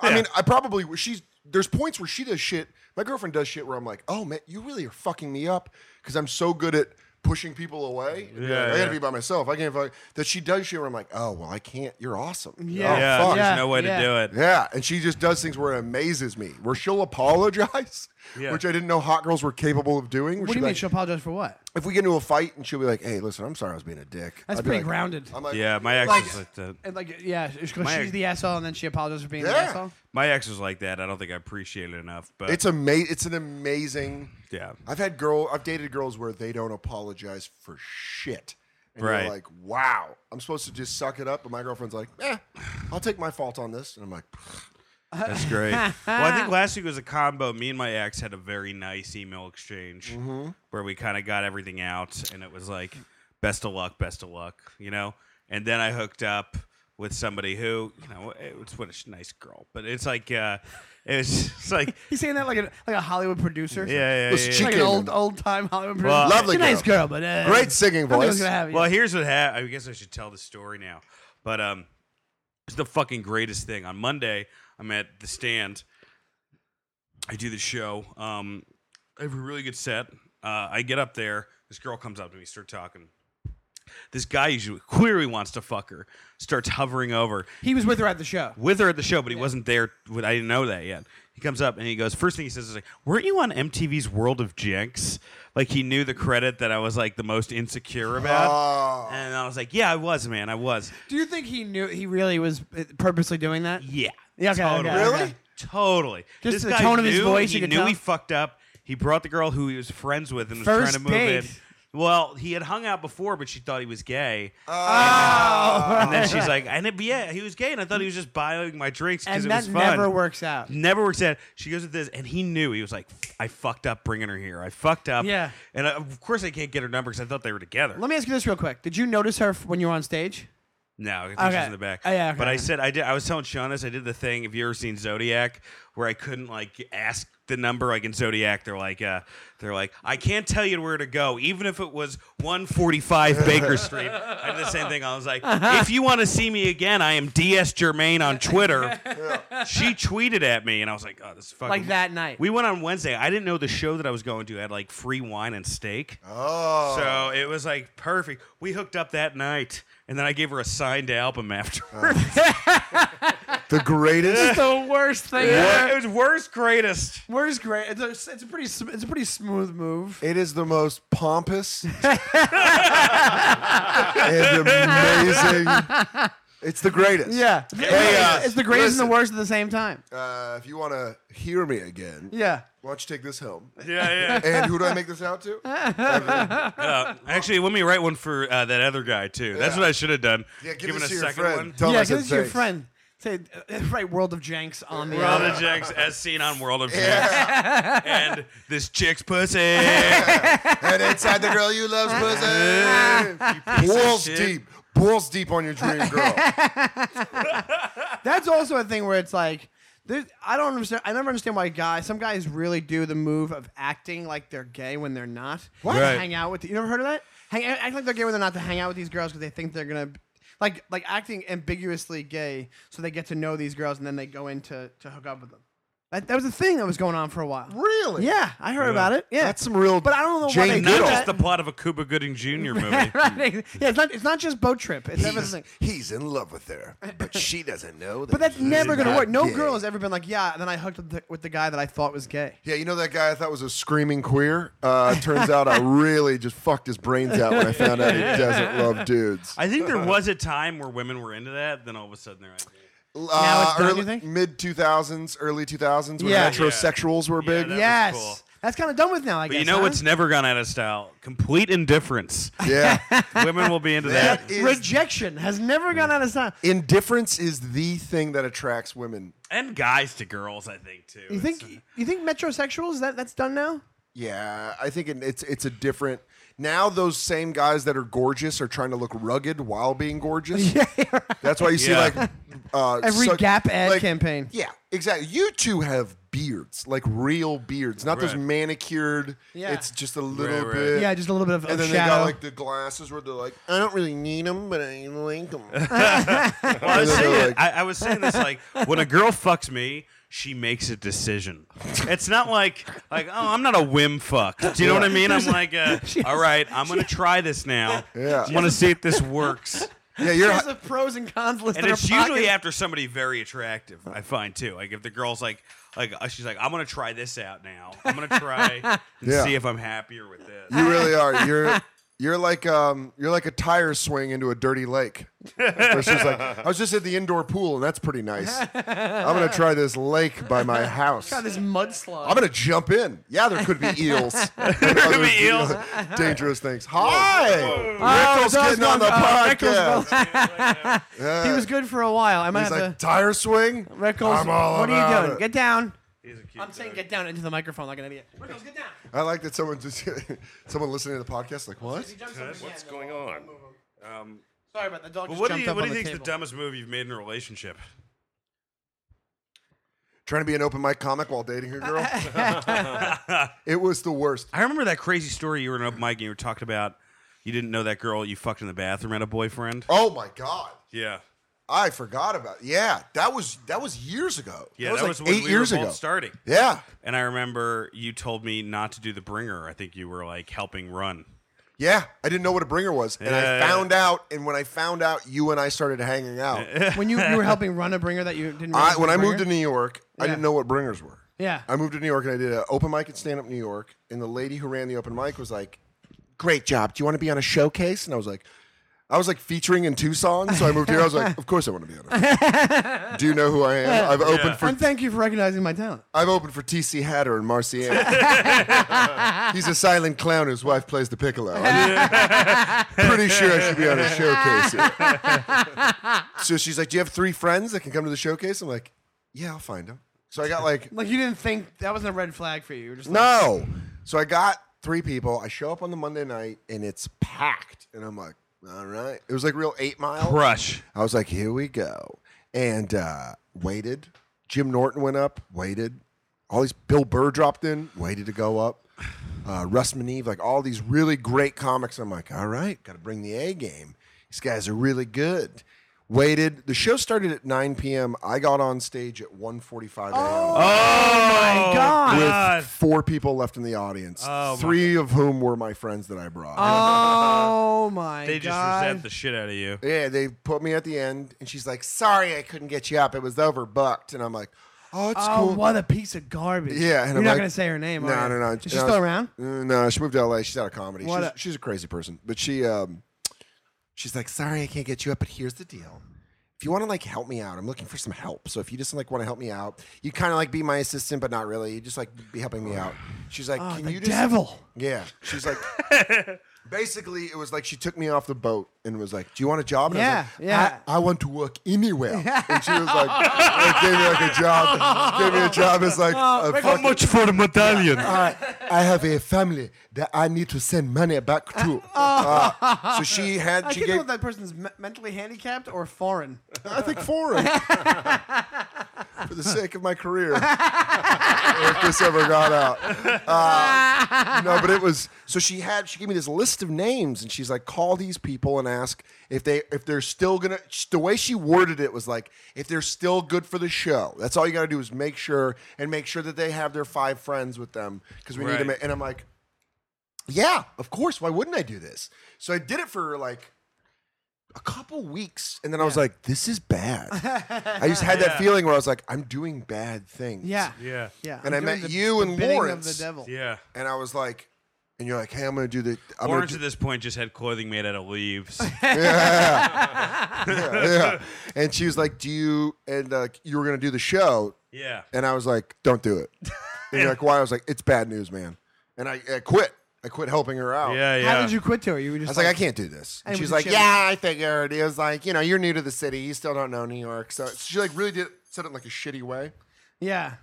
[SPEAKER 2] I mean, I probably she's there's points where she does shit. My girlfriend does shit where I'm like, oh man, you really are fucking me up because I'm so good at pushing people away. Yeah, I
[SPEAKER 1] yeah.
[SPEAKER 2] gotta be by myself. I can't. Fuck. That she does shit where I'm like, oh well, I can't. You're awesome.
[SPEAKER 3] Yeah.
[SPEAKER 2] Oh,
[SPEAKER 1] yeah,
[SPEAKER 2] fuck.
[SPEAKER 1] there's no way
[SPEAKER 3] yeah.
[SPEAKER 1] to do it.
[SPEAKER 2] Yeah, and she just does things where it amazes me, where she'll apologize,
[SPEAKER 1] Yeah.
[SPEAKER 2] which I didn't know hot girls were capable of doing. where
[SPEAKER 3] What do
[SPEAKER 2] she'd
[SPEAKER 3] you
[SPEAKER 2] be
[SPEAKER 3] mean?
[SPEAKER 2] like-
[SPEAKER 3] She apologized for what?
[SPEAKER 2] If we get into a fight and she'll be like, "Hey, listen, I'm sorry, I was being a dick."
[SPEAKER 3] That's
[SPEAKER 2] I'd be
[SPEAKER 3] pretty
[SPEAKER 2] like-
[SPEAKER 3] grounded.
[SPEAKER 2] I'm like,
[SPEAKER 1] Yeah, my ex was like that.
[SPEAKER 3] And like, yeah, she- 'cause
[SPEAKER 1] My-
[SPEAKER 3] she's the asshole, and then she apologized for being the
[SPEAKER 2] Yeah.
[SPEAKER 3] asshole.
[SPEAKER 1] My ex was like that. I don't think I appreciate it enough. But
[SPEAKER 2] It's amazing. It's an amazing.
[SPEAKER 1] Yeah.
[SPEAKER 2] I've had girl. I've dated girls where they don't apologize for shit. And
[SPEAKER 1] Right.
[SPEAKER 2] You're like, wow. I'm supposed to just suck it up, but my girlfriend's like, eh, I'll take my fault on this, and I'm like,
[SPEAKER 1] That's great. well, I think last week was a combo. Me and my ex had a very nice email exchange where we kind of got everything out, and it was like, best of luck, best of luck, you know? And then I hooked up with somebody who, you know, it's what a nice girl, but it's like, uh, it was it's like,
[SPEAKER 3] He's saying that like a like a Hollywood producer.
[SPEAKER 1] yeah, yeah,
[SPEAKER 2] Listen,
[SPEAKER 1] yeah,
[SPEAKER 2] she
[SPEAKER 1] yeah.
[SPEAKER 3] Like an
[SPEAKER 2] Chicken.
[SPEAKER 3] old old time Hollywood producer.
[SPEAKER 1] Well,
[SPEAKER 2] Lovely
[SPEAKER 3] She's a nice girl, but uh,
[SPEAKER 2] great singing
[SPEAKER 3] I don't think it's
[SPEAKER 2] voice.
[SPEAKER 3] gonna happen.
[SPEAKER 1] Well, here's what happened. I guess I should tell the story now. But um, it's the fucking greatest thing. On Monday, I'm at the stand. I do the show. Um, I have a really good set. Uh, I get up there. This girl comes up to me, start talking. This guy usually clearly wants to fuck her. Starts hovering over
[SPEAKER 3] he was with her at the show.
[SPEAKER 1] with her at the show, but he wasn't there. With, I didn't know that yet. He comes up and he goes. First thing he says is like, "Weren't you on MTV's World of Jinx?" Like he knew the credit that I was like the most insecure about.
[SPEAKER 2] oh,
[SPEAKER 1] And I was like, yeah, I was, man, I was.
[SPEAKER 3] Do you think he knew he really was uh, purposely doing that?
[SPEAKER 1] Yeah.
[SPEAKER 3] Yeah, okay,
[SPEAKER 1] totally.
[SPEAKER 3] okay, okay. Really?
[SPEAKER 1] Totally.
[SPEAKER 3] Just
[SPEAKER 1] this
[SPEAKER 3] the
[SPEAKER 1] guy
[SPEAKER 3] tone of his
[SPEAKER 1] knew-
[SPEAKER 3] voice,
[SPEAKER 1] He
[SPEAKER 3] you could
[SPEAKER 1] knew he
[SPEAKER 3] tell?
[SPEAKER 1] fucked up. He brought the girl who he was friends with and was
[SPEAKER 3] First
[SPEAKER 1] trying to move
[SPEAKER 3] date.
[SPEAKER 1] in. Well, he had hung out before, but she thought he was gay.
[SPEAKER 3] Oh,
[SPEAKER 1] and then she's like, and it, yeah, he was gay, and I thought he was just buying my drinks because
[SPEAKER 3] and
[SPEAKER 1] it
[SPEAKER 3] that
[SPEAKER 1] was fun.
[SPEAKER 3] never works out.
[SPEAKER 1] Never works out. She goes with this, and he knew. He was like, I fucked up bringing her here. I fucked up.
[SPEAKER 3] Yeah.
[SPEAKER 1] And I, of course, I can't get her number because I thought they were together.
[SPEAKER 3] Let me ask you this real quick. Did you notice her f- when you were on stage?
[SPEAKER 1] No, I think
[SPEAKER 3] Okay.
[SPEAKER 1] she's in the back.
[SPEAKER 3] Oh, yeah, okay.
[SPEAKER 1] But I said I did. I was telling Sean this. I did the thing. Have you ever seen Zodiac, where I couldn't like ask the number like in Zodiac. They're like, uh, they're like, I can't tell you where to go, even if it was 145 Baker Street. I did the same thing. I was like,
[SPEAKER 3] Uh-huh.
[SPEAKER 1] if you want to see me again, I am DS Germain on Twitter. she tweeted at me, and I was like, oh, this is fucking
[SPEAKER 3] Like that night.
[SPEAKER 1] We went on Wednesday. I didn't know the show that I was going to had like free wine and steak.
[SPEAKER 2] Oh,
[SPEAKER 1] So it was like perfect. We hooked up that night, and then I gave her a signed album afterwards.
[SPEAKER 2] Oh. the greatest.
[SPEAKER 3] the worst thing.
[SPEAKER 1] it
[SPEAKER 3] ever.
[SPEAKER 1] was worst greatest.
[SPEAKER 3] Worst great. It's a, it's a pretty. sm- It's a pretty smooth move.
[SPEAKER 2] It is the most pompous and amazing. It's the greatest.
[SPEAKER 3] Yeah.
[SPEAKER 2] Hey, uh,
[SPEAKER 3] it's, the greatest
[SPEAKER 2] listen.
[SPEAKER 3] and the worst at the same time.
[SPEAKER 2] Uh, if you want to hear me again,
[SPEAKER 3] Yeah.
[SPEAKER 2] why don't you take this home?
[SPEAKER 1] Yeah, yeah.
[SPEAKER 2] And who do I make this out to?
[SPEAKER 1] Uh, actually, let me write one for uh, that other guy too. That's what I should have done.
[SPEAKER 2] Yeah, give
[SPEAKER 1] Given
[SPEAKER 2] this
[SPEAKER 1] a
[SPEAKER 2] to your
[SPEAKER 1] second
[SPEAKER 2] friend.
[SPEAKER 1] one.
[SPEAKER 2] Tell him I
[SPEAKER 3] yeah.
[SPEAKER 2] said
[SPEAKER 3] Give this to your
[SPEAKER 2] thanks.
[SPEAKER 3] friend. Say, uh, right, World of Janks on the.
[SPEAKER 1] World
[SPEAKER 3] uh,
[SPEAKER 1] of Jinx, as seen on World of Jinx,
[SPEAKER 2] Yeah.
[SPEAKER 1] and this chick's pussy.
[SPEAKER 2] and inside the girl you love's pussy. Balls
[SPEAKER 1] shit.
[SPEAKER 2] deep. Balls deep on your dream girl.
[SPEAKER 3] That's also a thing where it's like, there's- I don't understand. I never understand why guys. Some guys really do the move of acting like they're gay when they're not. What?
[SPEAKER 1] Right.
[SPEAKER 3] Hang out with. You never heard of that? Hang, act like they're gay when they're not to hang out with these girls because they think they're gonna. Like, like acting ambiguously gay, so they get to know these girls, and then they go in to, to hook up with them. That, that was a thing that was going on for a while.
[SPEAKER 2] Really?
[SPEAKER 3] Yeah, I heard about it. Yeah,
[SPEAKER 2] That's some real
[SPEAKER 3] But I don't know why
[SPEAKER 2] Jane
[SPEAKER 3] they do
[SPEAKER 1] Not
[SPEAKER 2] Goodall.
[SPEAKER 1] just
[SPEAKER 3] that.
[SPEAKER 1] the plot of a Cuba Gooding Jr. movie.
[SPEAKER 3] Right. Yeah, it's not. It's not just boat trip. It's
[SPEAKER 2] He's,
[SPEAKER 3] everything.
[SPEAKER 2] he's in love with her, but she doesn't know. That
[SPEAKER 3] But that's
[SPEAKER 2] he's
[SPEAKER 3] never gonna
[SPEAKER 2] not
[SPEAKER 3] work. No
[SPEAKER 2] gay.
[SPEAKER 3] girl has ever been like, yeah. And then I hooked up th- with the guy that I thought was gay.
[SPEAKER 2] Yeah, you know that guy I thought was a screaming queer. Uh, turns out I really just fucked his brains out when I found out he doesn't love dudes.
[SPEAKER 1] I think there was a time where women were into that. Then all of a sudden they're like,
[SPEAKER 2] Uh,
[SPEAKER 3] it's done,
[SPEAKER 2] early-
[SPEAKER 3] you think?
[SPEAKER 2] Mid two thousands, early two thousands, when
[SPEAKER 3] Yeah.
[SPEAKER 2] metrosexuals were big.
[SPEAKER 1] that was
[SPEAKER 3] yes,
[SPEAKER 1] cool.
[SPEAKER 3] that's kind of done with now. I
[SPEAKER 1] but
[SPEAKER 3] guess.
[SPEAKER 1] you know
[SPEAKER 3] huh?
[SPEAKER 1] what's never gone out of style? Complete indifference.
[SPEAKER 2] Yeah,
[SPEAKER 1] women will be into that.
[SPEAKER 2] That is-
[SPEAKER 3] rejection has never gone out of style.
[SPEAKER 2] indifference is the thing that attracts women.
[SPEAKER 1] and guys to girls, I think too.
[SPEAKER 3] You think
[SPEAKER 1] It's-
[SPEAKER 3] you think metrosexuals that that's done now?
[SPEAKER 2] Yeah, I think it, it's it's a different. Now those same guys that are gorgeous are trying to look rugged while being gorgeous. Yeah, that's why you see
[SPEAKER 1] Yeah.
[SPEAKER 2] like uh,
[SPEAKER 3] Every
[SPEAKER 2] suck-
[SPEAKER 3] Gap ad
[SPEAKER 2] like-
[SPEAKER 3] campaign.
[SPEAKER 2] Yeah, exactly. You two have beards, like real beards, not those
[SPEAKER 1] Right.
[SPEAKER 2] manicured.
[SPEAKER 3] Yeah.
[SPEAKER 2] it's just a little
[SPEAKER 1] right.
[SPEAKER 2] bit.
[SPEAKER 3] Yeah, just a little bit of,
[SPEAKER 2] And
[SPEAKER 3] of
[SPEAKER 2] then
[SPEAKER 3] shadow.
[SPEAKER 2] they got like the glasses where they're like, I don't really need them, but I like them.
[SPEAKER 1] Well, I was
[SPEAKER 2] They're
[SPEAKER 1] saying,
[SPEAKER 2] like-
[SPEAKER 1] I, I was saying this like when a girl fucks me, she makes a decision. It's not like like oh, I'm not a whim fuck. Do you know what I mean? I'm like, uh, all right, I'm gonna try this now.
[SPEAKER 2] Yeah.
[SPEAKER 1] I want to see if this works.
[SPEAKER 2] yeah, you're.
[SPEAKER 3] Here's the pros and cons list.
[SPEAKER 1] And
[SPEAKER 3] in her
[SPEAKER 1] it's usually
[SPEAKER 3] pocket.
[SPEAKER 1] after somebody very attractive. I find too. Like if the girl's like like uh, she's like, I'm gonna try this out now. I'm gonna try and
[SPEAKER 2] Yeah.
[SPEAKER 1] see if I'm happier with this.
[SPEAKER 2] You really are. You're you're like um you're like a tire swing into a dirty lake. Where she's like, I was just at the indoor pool and that's pretty nice. I'm gonna try this lake by my house.
[SPEAKER 3] God, this mudslide.
[SPEAKER 2] I'm gonna jump in. Yeah, there could be eels. there could
[SPEAKER 1] be eels.
[SPEAKER 2] uh, Dangerous things. Hi. Rickles
[SPEAKER 3] those
[SPEAKER 2] getting on the
[SPEAKER 3] ones- oh, Rickles
[SPEAKER 2] podcast.
[SPEAKER 3] go- he was good for a while. I might
[SPEAKER 2] He's
[SPEAKER 3] have
[SPEAKER 2] like
[SPEAKER 3] to.
[SPEAKER 2] tire swing.
[SPEAKER 3] Rickles,
[SPEAKER 2] I'm all
[SPEAKER 3] what are
[SPEAKER 2] about
[SPEAKER 3] you doing?
[SPEAKER 2] it."
[SPEAKER 3] Get down.
[SPEAKER 1] He's a cute
[SPEAKER 3] I'm saying
[SPEAKER 1] dude.
[SPEAKER 3] get down into the microphone like an idiot. Rickles, get down.
[SPEAKER 2] I like that someone just someone listening to the podcast like what?
[SPEAKER 4] What's going on?
[SPEAKER 3] Sorry about the dog.
[SPEAKER 1] But
[SPEAKER 3] Just
[SPEAKER 1] what do
[SPEAKER 3] jumped
[SPEAKER 1] you
[SPEAKER 3] up
[SPEAKER 1] what do
[SPEAKER 3] on
[SPEAKER 1] you
[SPEAKER 3] the
[SPEAKER 1] think's the
[SPEAKER 3] table.
[SPEAKER 1] dumbest move you've made in a relationship?
[SPEAKER 2] Trying to be an open mic comic while dating a girl. it was the worst.
[SPEAKER 1] I remember that crazy story you were in open mic and you were talking about you didn't know that girl you fucked in the bathroom had a boyfriend.
[SPEAKER 2] Oh my god.
[SPEAKER 1] Yeah.
[SPEAKER 2] I forgot about. Yeah, that was that was years ago.
[SPEAKER 1] Yeah,
[SPEAKER 2] that was, like
[SPEAKER 1] when
[SPEAKER 2] eight
[SPEAKER 1] we
[SPEAKER 2] years
[SPEAKER 1] were both
[SPEAKER 2] ago.
[SPEAKER 1] starting.
[SPEAKER 2] Yeah,
[SPEAKER 1] And I remember you told me not to do the bringer. I think you were like helping run.
[SPEAKER 2] yeah. I didn't know what a bringer was, and I
[SPEAKER 1] Yeah.
[SPEAKER 2] found out. And when I found out, you and I started hanging out.
[SPEAKER 3] when you, you were helping run a bringer that you didn't.
[SPEAKER 2] I,
[SPEAKER 3] realize
[SPEAKER 2] when
[SPEAKER 3] was
[SPEAKER 2] I
[SPEAKER 3] a
[SPEAKER 2] moved to
[SPEAKER 3] bringer?
[SPEAKER 2] New York, I
[SPEAKER 3] Yeah.
[SPEAKER 2] didn't know what bringers were.
[SPEAKER 3] Yeah.
[SPEAKER 2] I moved to New York and I did an open mic at Stand Up New York, and the lady who ran the open mic was like, "Great job. Do you want to be on a showcase?" And I was like. I was like featuring in Tucson, so I moved here. I was like, "Of course I want to be on it." Do you know who I am? I've opened for
[SPEAKER 3] and thank you for recognizing my talent.
[SPEAKER 2] I've opened for TC Hatter and Marcy Ann. He's a silent clown whose wife plays the piccolo. I'm pretty sure I should be on a showcase. Here. So she's like, "Do you have three friends that can come to the showcase?" I'm like, "Yeah, I'll find them." So I got like,
[SPEAKER 3] Like you didn't think that wasn't a red flag for you. You were just like,
[SPEAKER 2] "No." So I got three people. I show up on the Monday night and it's packed, and I'm like, "All right." It was like real eight mile.
[SPEAKER 1] Crush.
[SPEAKER 2] I was like, here we go. And uh, waited. Jim Norton went up, waited. all these Bill Burr dropped in, waited to go up. Uh, Russ Maneve, like all these really great comics. I'm like, all right, got to bring the A game. These guys are really good. Waited. The show started at 9 p.m. I got on stage at 1:45 a.m.
[SPEAKER 3] "Oh my God.
[SPEAKER 1] Oh, God.
[SPEAKER 2] with four people left in the audience,
[SPEAKER 1] Oh, my-
[SPEAKER 2] three of whom were my friends that I brought.
[SPEAKER 3] Oh my
[SPEAKER 1] They just
[SPEAKER 3] god.
[SPEAKER 1] resent the shit out of you.
[SPEAKER 2] Yeah, they put me at the end, and she's like, "Sorry, I couldn't get you up. It was overbooked." And I'm like, "Oh, it's
[SPEAKER 3] Oh,
[SPEAKER 2] cool."
[SPEAKER 3] what a piece of garbage.
[SPEAKER 2] Yeah, and
[SPEAKER 3] You're
[SPEAKER 2] I'm
[SPEAKER 3] not
[SPEAKER 2] like-
[SPEAKER 3] gonna say her name.
[SPEAKER 2] No,
[SPEAKER 3] are you?
[SPEAKER 2] no, no.
[SPEAKER 3] Is she
[SPEAKER 2] And I
[SPEAKER 3] still
[SPEAKER 2] was-
[SPEAKER 3] around?
[SPEAKER 2] Uh, No, she moved to LA. She's out of comedy.
[SPEAKER 3] What
[SPEAKER 2] She's,
[SPEAKER 3] a-
[SPEAKER 2] she's a crazy person, but she, um, she's like, "Sorry, I can't get you up. But here's the deal." If you want to like help me out, I'm looking for some help. So if you just like want to help me out, you kind of like be my assistant, but not really. You just like be helping me out. She's like,
[SPEAKER 3] Oh,
[SPEAKER 2] can
[SPEAKER 3] the
[SPEAKER 2] you just
[SPEAKER 3] devil.
[SPEAKER 2] yeah. She's like, basically, it was like she took me off the boat and was like, Do you want a job? And I was
[SPEAKER 3] Yeah,
[SPEAKER 2] like,
[SPEAKER 3] yeah.
[SPEAKER 2] I, I want to work anywhere. And she was like, like, Gave me like a job. Gave me a job as like,
[SPEAKER 3] Uh, Oh,
[SPEAKER 2] a fucking,
[SPEAKER 1] for the medallion?
[SPEAKER 2] I, I have a family that I need to send money back to. Uh, so she had,
[SPEAKER 3] I
[SPEAKER 2] she
[SPEAKER 3] can't tell
[SPEAKER 2] gave,
[SPEAKER 3] if that person's me- mentally handicapped or foreign.
[SPEAKER 2] I think foreign. For the sake of my career, if this ever got out. Uh, no, but it was so she had she gave me this list of names and she's like, call these people and ask if they if they're still gonna. sh- The way she worded it was like, if they're still good for the show. That's all you gotta do is make sure and make sure that they have their five friends with them because we need to.
[SPEAKER 1] Right.
[SPEAKER 2] ma- And I'm like, yeah, of course. Why wouldn't I do this? So I did it for like a couple weeks and then I was like, this is bad. I just had that feeling where I was like, I'm doing bad things.
[SPEAKER 3] Yeah.
[SPEAKER 1] Yeah.
[SPEAKER 3] Yeah.
[SPEAKER 2] And I
[SPEAKER 3] I'm doing
[SPEAKER 2] met you and
[SPEAKER 3] bidding
[SPEAKER 2] Lawrence.
[SPEAKER 3] Of the devil.
[SPEAKER 1] Yeah.
[SPEAKER 2] And I was like, and you're like, hey, I'm going to do the. I'm gonna
[SPEAKER 1] Lawrence
[SPEAKER 2] do,
[SPEAKER 1] at this point just had clothing made out of leaves.
[SPEAKER 2] yeah. And she was like, do you, and uh, you were going to do the show.
[SPEAKER 1] yeah.
[SPEAKER 2] And I was like, don't do it. And you're like, why? I was like, it's bad news, man. And I, I quit. I quit helping her out.
[SPEAKER 1] Yeah, yeah.
[SPEAKER 3] How did you quit to her? You were just
[SPEAKER 2] I was like, I can't do this. And
[SPEAKER 3] And
[SPEAKER 2] she's
[SPEAKER 3] was
[SPEAKER 2] like,
[SPEAKER 3] she-
[SPEAKER 2] Yeah, I figured. It was like, you know, you're new to the city. You still don't know New York. So she like really did said it in like a shitty way.
[SPEAKER 3] Yeah.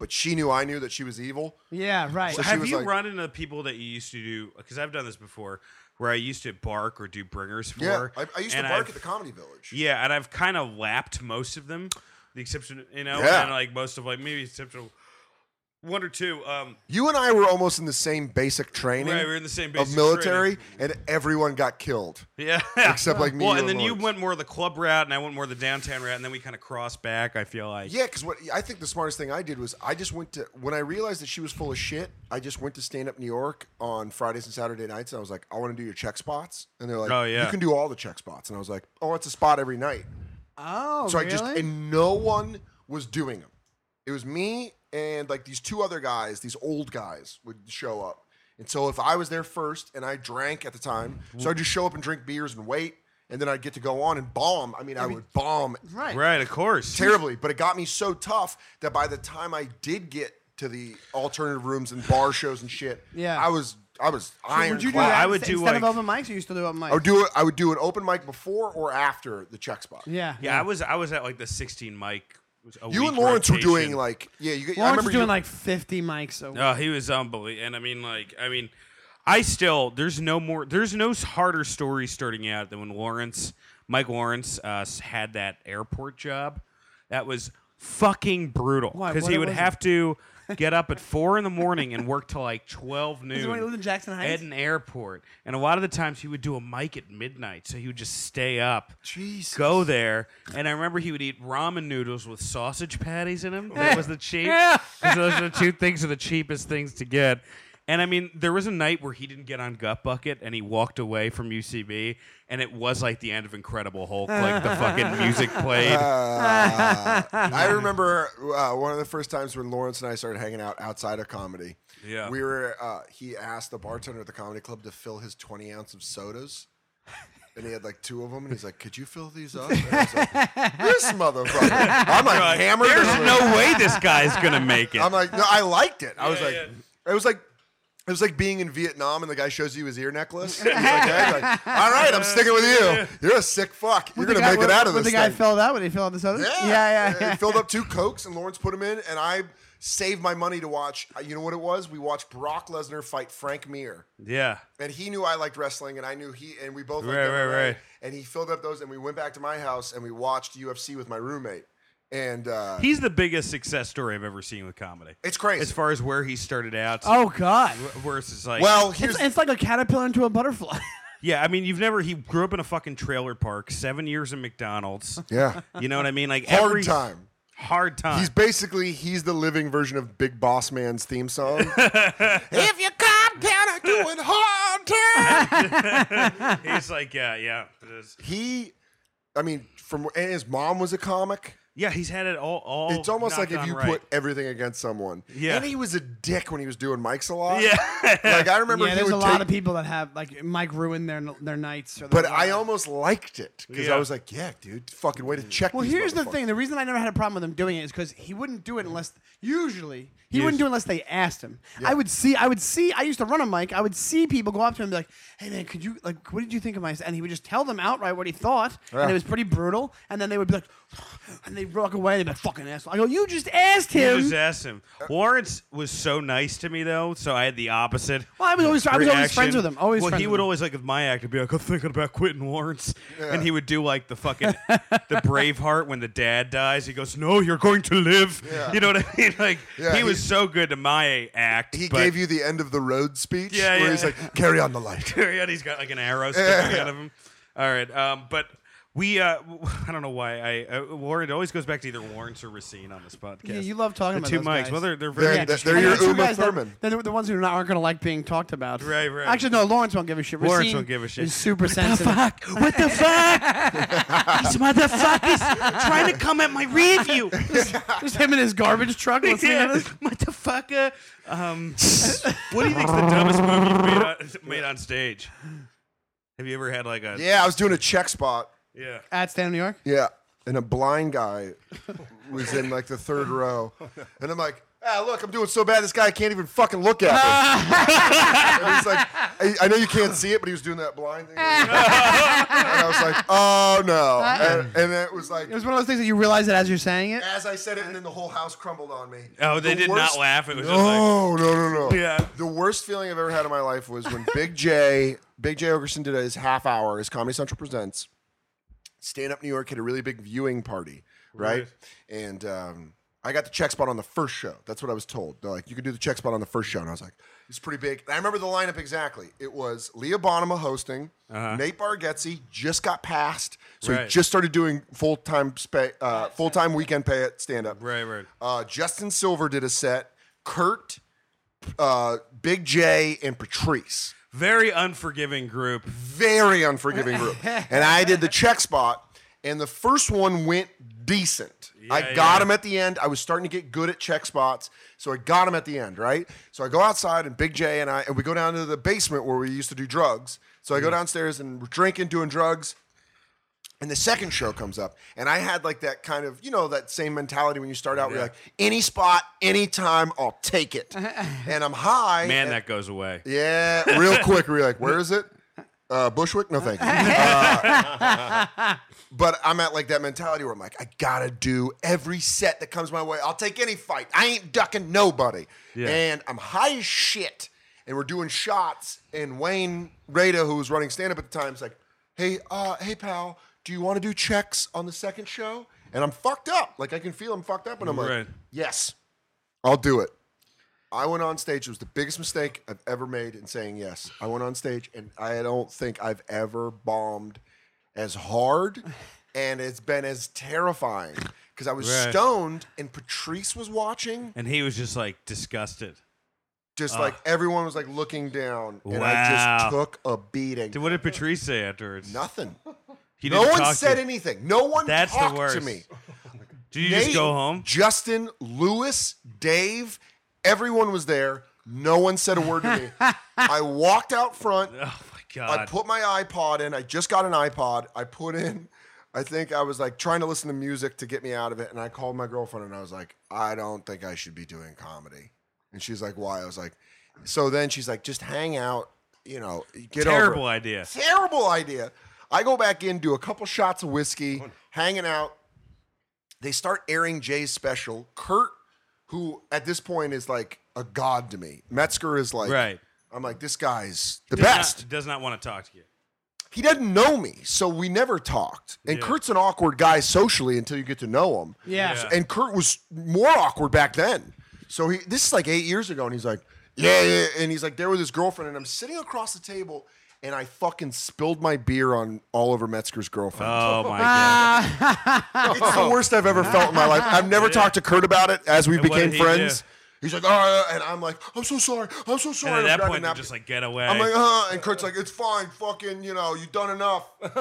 [SPEAKER 2] But she knew I knew that she was evil.
[SPEAKER 3] Yeah. Right.
[SPEAKER 2] So she
[SPEAKER 1] Have
[SPEAKER 2] was
[SPEAKER 1] you
[SPEAKER 2] like-
[SPEAKER 1] run into people that you used to do? Because I've done this before, where I used to bark or do bringers for.
[SPEAKER 2] Yeah. I, I used to
[SPEAKER 1] and
[SPEAKER 2] bark
[SPEAKER 1] I've-
[SPEAKER 2] at the comedy village.
[SPEAKER 1] Yeah, and I've kind of lapped most of them, the exception, you know,
[SPEAKER 2] Yeah.
[SPEAKER 1] and like most of like maybe exception of one or two. Um,
[SPEAKER 2] You and I were almost in the same basic training
[SPEAKER 1] Right, we were in the same
[SPEAKER 2] of
[SPEAKER 1] basic
[SPEAKER 2] military, and everyone got killed.
[SPEAKER 1] yeah,
[SPEAKER 2] Except, like, me,
[SPEAKER 1] Well,
[SPEAKER 2] you,
[SPEAKER 1] and
[SPEAKER 2] and
[SPEAKER 1] then you
[SPEAKER 2] Lawrence.
[SPEAKER 1] went more the club route, and I went more the downtown route, and then we kind of crossed back. I feel like.
[SPEAKER 2] Yeah, because what I think the smartest thing I did was I just went to when I realized that she was full of shit. I just went to stand up New York on Fridays and Saturday nights, and I was like, I want to do your check spots, and they're like,
[SPEAKER 1] Oh, yeah.
[SPEAKER 2] you can do all the check spots, and I was like, oh, it's a spot every night.
[SPEAKER 3] oh.
[SPEAKER 2] So
[SPEAKER 3] really?
[SPEAKER 2] I just and no one was doing them. It was me and like these two other guys, these old guys would show up. And so if I was there first and I drank at the time, so I'd just show up and drink beers and wait, and then I'd get to go on and bomb. I mean, I would bomb
[SPEAKER 3] Right.
[SPEAKER 1] Right, of course.
[SPEAKER 2] terribly, but it got me so tough that by the time I did get to the alternative rooms and bar shows and shit,
[SPEAKER 3] Yeah.
[SPEAKER 2] I was I was iron.
[SPEAKER 3] Would you do Oh,
[SPEAKER 1] Well,
[SPEAKER 3] that
[SPEAKER 1] I
[SPEAKER 2] I
[SPEAKER 1] would
[SPEAKER 2] would,
[SPEAKER 3] inst-
[SPEAKER 1] do,
[SPEAKER 3] instead
[SPEAKER 1] like-
[SPEAKER 3] of open mics? Or you still do open mics?
[SPEAKER 2] I would do it. I would do an open mic before or after the check spot.
[SPEAKER 3] Yeah.
[SPEAKER 1] Yeah, I was I was at like the 16 mic. a
[SPEAKER 2] You
[SPEAKER 1] week
[SPEAKER 2] and Lawrence were doing
[SPEAKER 1] rotation.
[SPEAKER 2] like yeah. You, I
[SPEAKER 3] Lawrence
[SPEAKER 2] remember
[SPEAKER 3] was doing
[SPEAKER 2] you,
[SPEAKER 3] like 50 mics. So.
[SPEAKER 1] No, Uh, he was unbelievable. And I mean, like, I mean, I still there's no more there's no harder story starting out than when Lawrence Mike Lawrence uh, had that airport job. That was fucking brutal
[SPEAKER 3] Why?
[SPEAKER 1] because
[SPEAKER 3] What
[SPEAKER 1] he would
[SPEAKER 3] was it?
[SPEAKER 1] have to get up at four in the morning and work till like twelve noon.
[SPEAKER 3] when he lived in Jackson Heights?
[SPEAKER 1] At an airport, and a lot of the times he would do a mic at midnight, so he would just stay up.
[SPEAKER 2] Jesus.
[SPEAKER 1] Go there, and I remember he would eat ramen noodles with sausage patties in them. That was the cheap. 'cause those are the two things are the cheapest things to get. And I mean, there was a night where he didn't get on Gut Bucket, and he walked away from UCB, and it was like the end of Incredible Hulk, like the fucking music played.
[SPEAKER 2] I remember uh, one of the first times when Lawrence and I started hanging out outside of comedy.
[SPEAKER 1] Yeah.
[SPEAKER 2] we were. Uh, he asked the bartender at the comedy club to fill his twenty ounce of sodas. And he had like two of them, and he's like, "Could you fill these up?" And I was like, this motherfucker, I'm like hammered.
[SPEAKER 1] There's
[SPEAKER 2] I'm
[SPEAKER 1] no
[SPEAKER 2] like-
[SPEAKER 1] way this guy's gonna make it.
[SPEAKER 2] I'm like, no, I liked it. I was
[SPEAKER 1] Yeah,
[SPEAKER 2] like, it was like. It was like being in Vietnam and the guy shows you his ear necklace. And he's like, "Hey," like, all right, I'm sticking with you. You're a sick fuck. You're
[SPEAKER 3] The
[SPEAKER 2] gonna
[SPEAKER 3] guy-
[SPEAKER 2] make it
[SPEAKER 3] what-
[SPEAKER 2] out of
[SPEAKER 3] what
[SPEAKER 2] this.
[SPEAKER 3] the guy
[SPEAKER 2] thing."
[SPEAKER 3] filled out when he filled out this other.
[SPEAKER 2] Yeah,
[SPEAKER 3] Yeah. Yeah.
[SPEAKER 2] It filled up two cokes, and Lawrence put them in, and I saved my money to watch. uh, You know what it was? We watched Brock Lesnar fight Frank Mir,
[SPEAKER 1] yeah.
[SPEAKER 2] and he knew I liked wrestling, and I knew he, and we both liked
[SPEAKER 1] Right, right,
[SPEAKER 2] MMA,
[SPEAKER 1] right.
[SPEAKER 2] And he filled up those, and we went back to my house, and we watched UFC with my roommate. and uh,
[SPEAKER 1] He's the biggest success story I've ever seen with comedy.
[SPEAKER 2] it's crazy.
[SPEAKER 1] as far as where he started out.
[SPEAKER 3] Oh God.
[SPEAKER 1] Versus like,
[SPEAKER 2] well,
[SPEAKER 3] It's,
[SPEAKER 2] here's
[SPEAKER 3] it's like a caterpillar into a butterfly.
[SPEAKER 1] yeah, I mean, you've never. He grew up in a fucking trailer park, seven years in McDonald's.
[SPEAKER 2] yeah,
[SPEAKER 1] You know what I mean? Like
[SPEAKER 2] hard
[SPEAKER 1] every
[SPEAKER 2] time.
[SPEAKER 1] hard time.
[SPEAKER 2] He's basically he's the living version of Big Boss Man's theme song. if you come down, I'm doing hard time.
[SPEAKER 1] He's like, yeah, yeah, it is.
[SPEAKER 2] He, I mean, from and his mom was a comic.
[SPEAKER 1] yeah. He's had it all. all
[SPEAKER 2] It's almost like
[SPEAKER 1] knocked
[SPEAKER 2] if
[SPEAKER 1] Oh, on
[SPEAKER 2] you
[SPEAKER 1] right.
[SPEAKER 2] put everything against someone.
[SPEAKER 1] Yeah.
[SPEAKER 2] And he was a dick when he was doing mics a lot.
[SPEAKER 1] yeah,
[SPEAKER 2] Like I remember
[SPEAKER 3] yeah,
[SPEAKER 2] he
[SPEAKER 3] there's
[SPEAKER 2] would
[SPEAKER 3] a lot
[SPEAKER 2] take-
[SPEAKER 3] of people that have like Mike ruined their their nights. Or their
[SPEAKER 2] But I
[SPEAKER 3] lives.
[SPEAKER 2] almost liked it because
[SPEAKER 1] Yeah.
[SPEAKER 2] I was like, yeah, dude, fucking way to check.
[SPEAKER 3] Well,
[SPEAKER 2] these
[SPEAKER 3] here's the
[SPEAKER 2] motherfuckers.
[SPEAKER 3] thing. The reason I never had a problem with him doing it is because he wouldn't do it unless usually he wouldn't do it unless they asked him. I would see, I would see. I used to run a mic. I would see people go up to him and be like, "Hey man, could you like, what did you think of my?" set?" And he would just tell them outright what he thought, and it was pretty brutal. And then they would be like, and they would walk away. and They'd be like, "Fucking asshole!" I go, "You just asked him."
[SPEAKER 1] You just asked him. Lawrence was so nice to me though, so I had the opposite.
[SPEAKER 3] Well, I was always- I was always
[SPEAKER 1] reaction.
[SPEAKER 3] friends with him, always
[SPEAKER 1] well,
[SPEAKER 3] friends
[SPEAKER 1] he
[SPEAKER 3] with
[SPEAKER 1] would
[SPEAKER 3] him.
[SPEAKER 1] always like with my act, be like, "I'm thinking about quitting Lawrence," and he would do like the fucking the Braveheart when the dad dies. He goes, "No, you're going to live." You know what I mean? Like
[SPEAKER 2] Yeah,
[SPEAKER 1] he was
[SPEAKER 2] he-
[SPEAKER 1] so good to my act.
[SPEAKER 2] He
[SPEAKER 1] but-
[SPEAKER 2] gave you the end of the road speech
[SPEAKER 1] Yeah,
[SPEAKER 2] where
[SPEAKER 1] yeah.
[SPEAKER 2] he's like, carry on the light.
[SPEAKER 1] and he's got like an arrow sticking out of him. All right, um, but we uh, I don't know why I uh, Warren it always goes back to either Lawrence or Racine on this podcast.
[SPEAKER 3] Yeah, you love talking
[SPEAKER 1] the
[SPEAKER 3] about
[SPEAKER 1] two
[SPEAKER 3] those
[SPEAKER 1] mics.
[SPEAKER 3] guys.
[SPEAKER 1] Well, they're they're very
[SPEAKER 2] They're,
[SPEAKER 1] interesting.
[SPEAKER 2] they're your
[SPEAKER 3] And the two
[SPEAKER 2] Uma
[SPEAKER 3] guys that-
[SPEAKER 2] Thurman.
[SPEAKER 3] They're the ones who not- aren't going to like being talked about.
[SPEAKER 1] Right, right.
[SPEAKER 3] Actually, no. Lawrence won't give a shit.
[SPEAKER 1] Lawrence
[SPEAKER 3] Racine
[SPEAKER 1] won't give a shit.
[SPEAKER 3] Is super sensitive.
[SPEAKER 1] What the fuck? These motherfuckers trying to come at my review.
[SPEAKER 3] Just him and his garbage truck listening to this.
[SPEAKER 1] Motherfucker. Um, what do you think's the dumbest movie you made on, made on stage? Have you ever had like a
[SPEAKER 2] Yeah, I was doing a check spot.
[SPEAKER 1] yeah.
[SPEAKER 3] At Stan New York.
[SPEAKER 2] Yeah. And a blind guy was in like the third row. And I'm like, ah, look, I'm doing so bad this guy can't even fucking look at me. and he's like, I, I know you can't see it, but he was doing that blind thing. and I was like, oh no. And, and it was like,
[SPEAKER 3] Uh-uh. It was one of those things that you realize it as you're saying it.
[SPEAKER 2] as I said it, and then the whole house crumbled on me.
[SPEAKER 1] Oh, they
[SPEAKER 2] The
[SPEAKER 1] did
[SPEAKER 2] worst-
[SPEAKER 1] not laugh. It was just like
[SPEAKER 2] No, no, no, no.
[SPEAKER 1] Yeah.
[SPEAKER 2] The worst feeling I've ever had in my life was when Big J, Big J Ogerson did his half hour, his Comedy Central presents. Stand Up New York had a really big viewing party, right?
[SPEAKER 1] Right.
[SPEAKER 2] And um, I got the check spot on the first show. That's what I was told. They're like, you can do the check spot on the first show, and I was like, it's pretty big. And I remember the lineup exactly. It was Leah Bonema hosting. Nate Bargatze just got passed, so he
[SPEAKER 1] Uh-huh. Right.
[SPEAKER 2] just started doing full time spa- uh, full time weekend pay at stand up.
[SPEAKER 1] right, right.
[SPEAKER 2] Uh, Justin Silver did a set. Kurt, uh, Big J, and Patrice.
[SPEAKER 1] Very unforgiving group.
[SPEAKER 2] Very unforgiving group. and I did the check spot, and the first one went decent. I
[SPEAKER 1] Yeah,
[SPEAKER 2] got
[SPEAKER 1] yeah.
[SPEAKER 2] him at the end. I was starting to get good at check spots, so I got him at the end, right? So I go outside, and Big J and I, and we go down to the basement where we used to do drugs. So I
[SPEAKER 1] Mm-hmm.
[SPEAKER 2] go downstairs and we're drinking, doing drugs. And the second show comes up, and I had like that kind of, you know, that same mentality when you start out. where You're like, any spot, anytime, I'll take it. and I'm high.
[SPEAKER 1] Man,
[SPEAKER 2] and-
[SPEAKER 1] that goes away.
[SPEAKER 2] yeah, real quick, we're like, where is it? Uh, Bushwick? No, thank you. Uh, but I'm at like that mentality where I'm like, I gotta do every set that comes my way. I'll take any fight. I ain't ducking nobody.
[SPEAKER 1] Yeah.
[SPEAKER 2] And I'm high as shit. And we're doing shots. And Wayne Rada, who was running stand up at the time, is like, hey, uh, hey, pal, do you want to do checks on the second show? And I'm fucked up. Like I can feel I'm fucked up. And I'm
[SPEAKER 1] Right.
[SPEAKER 2] like, yes, I'll do it. I went on stage. It was the biggest mistake I've ever made in saying yes. I went on stage, and I don't think I've ever bombed as hard, and it's been as terrifying because I was
[SPEAKER 1] Right.
[SPEAKER 2] stoned, and Patrice was watching.
[SPEAKER 1] And he was just like disgusted.
[SPEAKER 2] Just like everyone was like looking down, and I
[SPEAKER 1] Ah. Wow.
[SPEAKER 2] just took a beating.
[SPEAKER 1] Dude, what did Patrice say afterwards?
[SPEAKER 2] Nothing.
[SPEAKER 1] He
[SPEAKER 2] No
[SPEAKER 1] didn't
[SPEAKER 2] one
[SPEAKER 1] talk
[SPEAKER 2] said
[SPEAKER 1] to,
[SPEAKER 2] anything. No one
[SPEAKER 1] That's the
[SPEAKER 2] talked to
[SPEAKER 1] worst.
[SPEAKER 2] me.
[SPEAKER 1] Did you just
[SPEAKER 2] Nate,
[SPEAKER 1] go home?
[SPEAKER 2] Justin, Lewis, Dave, everyone was there. No one said a word to me. I walked out front.
[SPEAKER 1] Oh my
[SPEAKER 2] I
[SPEAKER 1] god.
[SPEAKER 2] put my iPod in. I just got an iPod. I put in, I think I was like trying to listen to music to get me out of it. And I called my girlfriend and I was like, I don't think I should be doing comedy. And she's like, why? I was like, so then she's like, just hang out, you know, get over
[SPEAKER 1] Terrible
[SPEAKER 2] it.
[SPEAKER 1] idea.
[SPEAKER 2] Terrible idea. I go back in, do a couple shots of whiskey, hanging out. They start airing Jay's special. Kurt, who at this point is like a god to me, Metzger is like,
[SPEAKER 1] Right.
[SPEAKER 2] I'm like, this guy's the
[SPEAKER 1] Does not-
[SPEAKER 2] best.
[SPEAKER 1] does not want to talk to you.
[SPEAKER 2] he doesn't know me, so we never talked. And Kurt's an awkward guy socially until you get to know him.
[SPEAKER 3] Yeah.
[SPEAKER 2] So- and Kurt was more awkward back then. So he this is like eight years ago, and he's like, yeah, yeah, and he's like there with his girlfriend, and I'm sitting across the table. And I fucking spilled my beer on Oliver Metzger's girlfriend.
[SPEAKER 1] Oh my god!
[SPEAKER 2] It's the worst I've ever felt in my life. I've never talked to Kurt about it as we
[SPEAKER 1] what
[SPEAKER 2] became
[SPEAKER 1] did he
[SPEAKER 2] friends.
[SPEAKER 1] do?
[SPEAKER 2] He's like, oh, and I'm like, I'm so sorry. I'm so sorry.
[SPEAKER 1] And
[SPEAKER 2] I
[SPEAKER 1] at that
[SPEAKER 2] forgot to
[SPEAKER 1] point, they're
[SPEAKER 2] nap-
[SPEAKER 1] just like get away.
[SPEAKER 2] I'm like, "Oh, huh? And Kurt's like, it's fine. Fucking, you know, you've done enough. And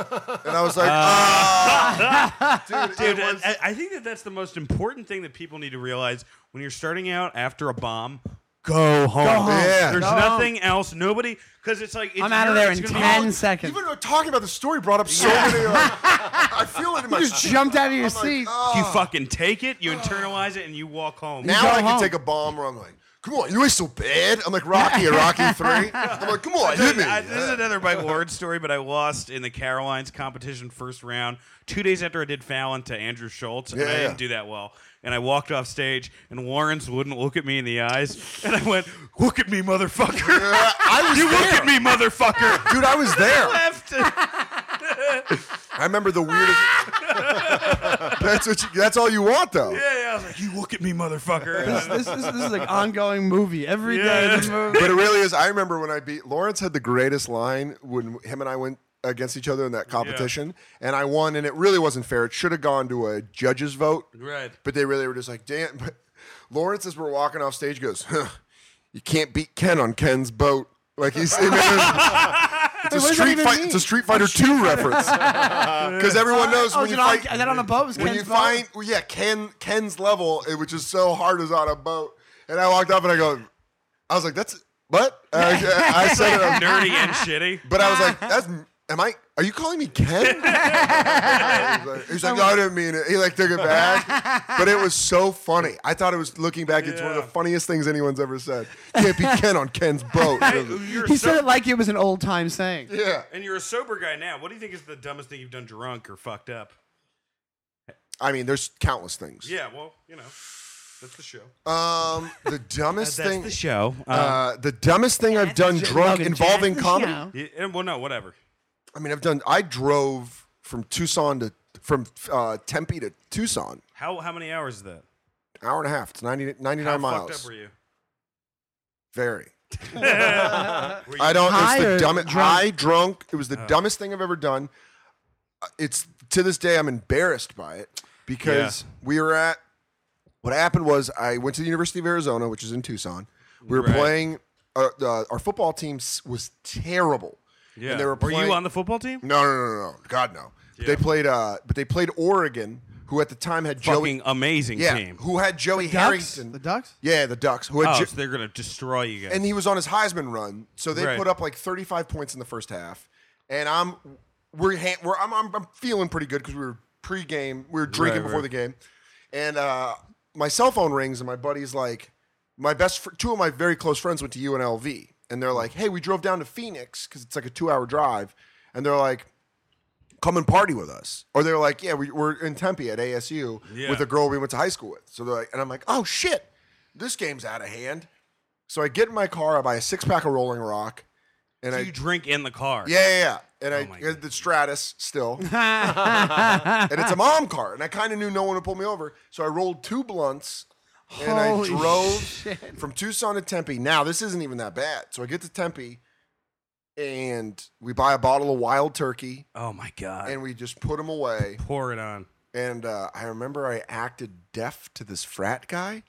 [SPEAKER 2] I was like, ah. Dude,
[SPEAKER 1] Dude,
[SPEAKER 2] it was-
[SPEAKER 1] I, I think that that's the most important thing that people need to realize when you're starting out after a bomb. Go home.
[SPEAKER 2] Yeah.
[SPEAKER 1] There's
[SPEAKER 3] Go home.
[SPEAKER 1] nothing else. Nobody, because it's like it's,
[SPEAKER 3] I'm out of there
[SPEAKER 1] it's
[SPEAKER 3] in
[SPEAKER 1] gonna be-
[SPEAKER 3] 10 seconds.
[SPEAKER 2] Even though talking about the story brought up so many. Like, I feel it in my.
[SPEAKER 3] You just
[SPEAKER 2] stomach.
[SPEAKER 3] jumped out of your
[SPEAKER 2] I'm like,
[SPEAKER 3] seat.
[SPEAKER 2] ah.
[SPEAKER 1] You fucking take it, you internalize it, and you walk home.
[SPEAKER 2] Now
[SPEAKER 3] go
[SPEAKER 2] I can
[SPEAKER 3] home.
[SPEAKER 2] take a bomb where I'm like, come on, you ain't so bad. I'm like Rocky or Rocky Three. I'm like, come on, hit me.
[SPEAKER 1] I- this is another Mike Ward story, but I lost in the Carolines competition first round two days after I did Fallon to Andrew Schultz, and I
[SPEAKER 2] Yeah.
[SPEAKER 1] didn't do that well. And I walked off stage, and Lawrence wouldn't look at me in the eyes, and I went, "Look at me, motherfucker!
[SPEAKER 2] Uh, I was
[SPEAKER 1] You
[SPEAKER 2] there.
[SPEAKER 1] look at me, motherfucker!"
[SPEAKER 2] dude. I was there.
[SPEAKER 1] Left.
[SPEAKER 2] I remember the weirdest. that's what. You, that's all you want, though.
[SPEAKER 1] Yeah, I was like, "You look at me, motherfucker!"
[SPEAKER 3] This, this, this, this is like ongoing movie. Every day.
[SPEAKER 1] Yeah.
[SPEAKER 3] this movie.
[SPEAKER 2] But it really is. I remember when I beat Lawrence had the greatest line when him and I went against each other in that competition, and I won. And it really wasn't fair. It should have gone to a judge's vote.
[SPEAKER 1] Right.
[SPEAKER 2] But they really were just like, damn. But Lawrence, as we're walking off stage, goes, huh, "You can't beat Ken on Ken's boat." Like he's. it was- It's a,
[SPEAKER 3] does that
[SPEAKER 2] street
[SPEAKER 3] even
[SPEAKER 2] fight,
[SPEAKER 3] mean?
[SPEAKER 2] it's a Street Fighter 2 reference. Because everyone knows
[SPEAKER 3] Oh,
[SPEAKER 2] when
[SPEAKER 3] is
[SPEAKER 2] you
[SPEAKER 3] it on,
[SPEAKER 2] fight
[SPEAKER 3] is that on a boat? It was
[SPEAKER 2] when
[SPEAKER 3] Ken's
[SPEAKER 2] you
[SPEAKER 3] boat?
[SPEAKER 2] find well, yeah Ken Ken's level, it, which is so hard, is on a boat. And I walked up and I go, I was like, that's what I, I said it, I'm-
[SPEAKER 1] Nerdy and shitty.
[SPEAKER 2] uh, but I was like, that's am I? Are you calling me Ken? He's like, he's like, no, I didn't mean it. He like took it back, but it was so funny. I thought it was looking back. It's one of the
[SPEAKER 1] Yeah.
[SPEAKER 2] funniest things anyone's ever said. Can't be Ken on Ken's boat.
[SPEAKER 1] You're
[SPEAKER 3] He
[SPEAKER 1] so-
[SPEAKER 3] said it like it was an old time saying.
[SPEAKER 2] yeah,
[SPEAKER 1] and you're a sober guy now. What do you think is the dumbest thing you've done, drunk or fucked up?
[SPEAKER 2] I mean, there's countless things.
[SPEAKER 1] Yeah, well, you know, that's the show.
[SPEAKER 2] Um, the dumbest
[SPEAKER 1] that's
[SPEAKER 2] thing.
[SPEAKER 1] the show. Um,
[SPEAKER 2] uh, the dumbest thing I've done drunk
[SPEAKER 3] Logan,
[SPEAKER 2] involving
[SPEAKER 3] Jack,
[SPEAKER 2] comedy.
[SPEAKER 3] you know.
[SPEAKER 1] yeah, and- well, no, whatever.
[SPEAKER 2] I mean, I've done. I drove from Tucson to from uh, Tempe to Tucson,
[SPEAKER 1] How how many hours is that?
[SPEAKER 2] hour and a half. It's 90, 99
[SPEAKER 1] How
[SPEAKER 2] miles.
[SPEAKER 1] fucked up were you?
[SPEAKER 2] Very.
[SPEAKER 1] Were you Oh.
[SPEAKER 2] I don't.
[SPEAKER 3] High
[SPEAKER 2] It's
[SPEAKER 3] or
[SPEAKER 2] the dumbest.
[SPEAKER 3] drunk?
[SPEAKER 2] I drunk. It was the dumbest thing I've ever done. Uh, It's to this day I'm embarrassed by it because we were at. What happened was I went to the University of Arizona, which is in Tucson. We were
[SPEAKER 1] Right.
[SPEAKER 2] playing. Uh, uh, our football team s- was terrible.
[SPEAKER 1] yeah.
[SPEAKER 2] And they were, playing,
[SPEAKER 1] you on the football team?
[SPEAKER 2] No, no, no, no, no. God no. But They played. Uh, but they played Oregon, who at the time had Joey.
[SPEAKER 1] Fucking amazing
[SPEAKER 2] yeah,
[SPEAKER 1] team.
[SPEAKER 2] who had Joey
[SPEAKER 3] Ducks?
[SPEAKER 2] Harrington.
[SPEAKER 3] The Ducks?
[SPEAKER 2] yeah, the Ducks. Who had
[SPEAKER 1] Oh,
[SPEAKER 2] Jo-
[SPEAKER 1] so they're gonna destroy you guys.
[SPEAKER 2] and he was on his Heisman run, so they
[SPEAKER 1] Right.
[SPEAKER 2] put up like 35 points in the first half, and I'm we're, ha- we're I'm, I'm I'm feeling pretty good because we were pre-game, we were drinking
[SPEAKER 1] Right,
[SPEAKER 2] before
[SPEAKER 1] right.
[SPEAKER 2] the game, and uh, my cell phone rings, and my buddy's like, my best fr- two of my very close friends went to UNLV, and they're like, hey, we drove down to Phoenix because it's like a two-hour drive, and they're like. Come and party with us, or they're like, yeah, we, we're in Tempe at ASU
[SPEAKER 1] Yeah.
[SPEAKER 2] with a girl we went to high school with. So they're like, and I'm like, oh shit, this game's out of hand. So I get in my car, I buy a six pack of Rolling Rock, and
[SPEAKER 1] Do
[SPEAKER 2] I
[SPEAKER 1] you drink in the car.
[SPEAKER 2] yeah yeah, yeah. and
[SPEAKER 1] my
[SPEAKER 2] I had the Stratus still, and it's a mom car, and I kind of knew no one would pull me over, so I rolled two blunts. And
[SPEAKER 3] Holy
[SPEAKER 2] I drove
[SPEAKER 3] shit.
[SPEAKER 2] from Tucson to Tempe. Now this isn't even that bad. So I get to Tempe, and we buy a bottle of Wild Turkey,
[SPEAKER 1] Oh my god.
[SPEAKER 2] and we just put them away.
[SPEAKER 1] Pour it on.
[SPEAKER 2] And uh, I remember I acted deaf to this frat guy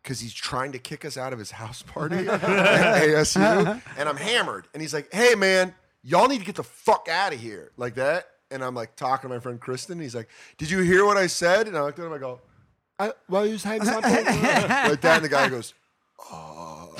[SPEAKER 2] because he's trying to kick us out of his house party at ASU. And I'm hammered. And he's like, hey, man, y'all need to get the fuck out of here. Like that. And I'm like talking to my friend Kristen. And he's like, did you hear what I said? And I looked at him. I go, I, well, you just had something. like that. And the guy goes,
[SPEAKER 1] Felt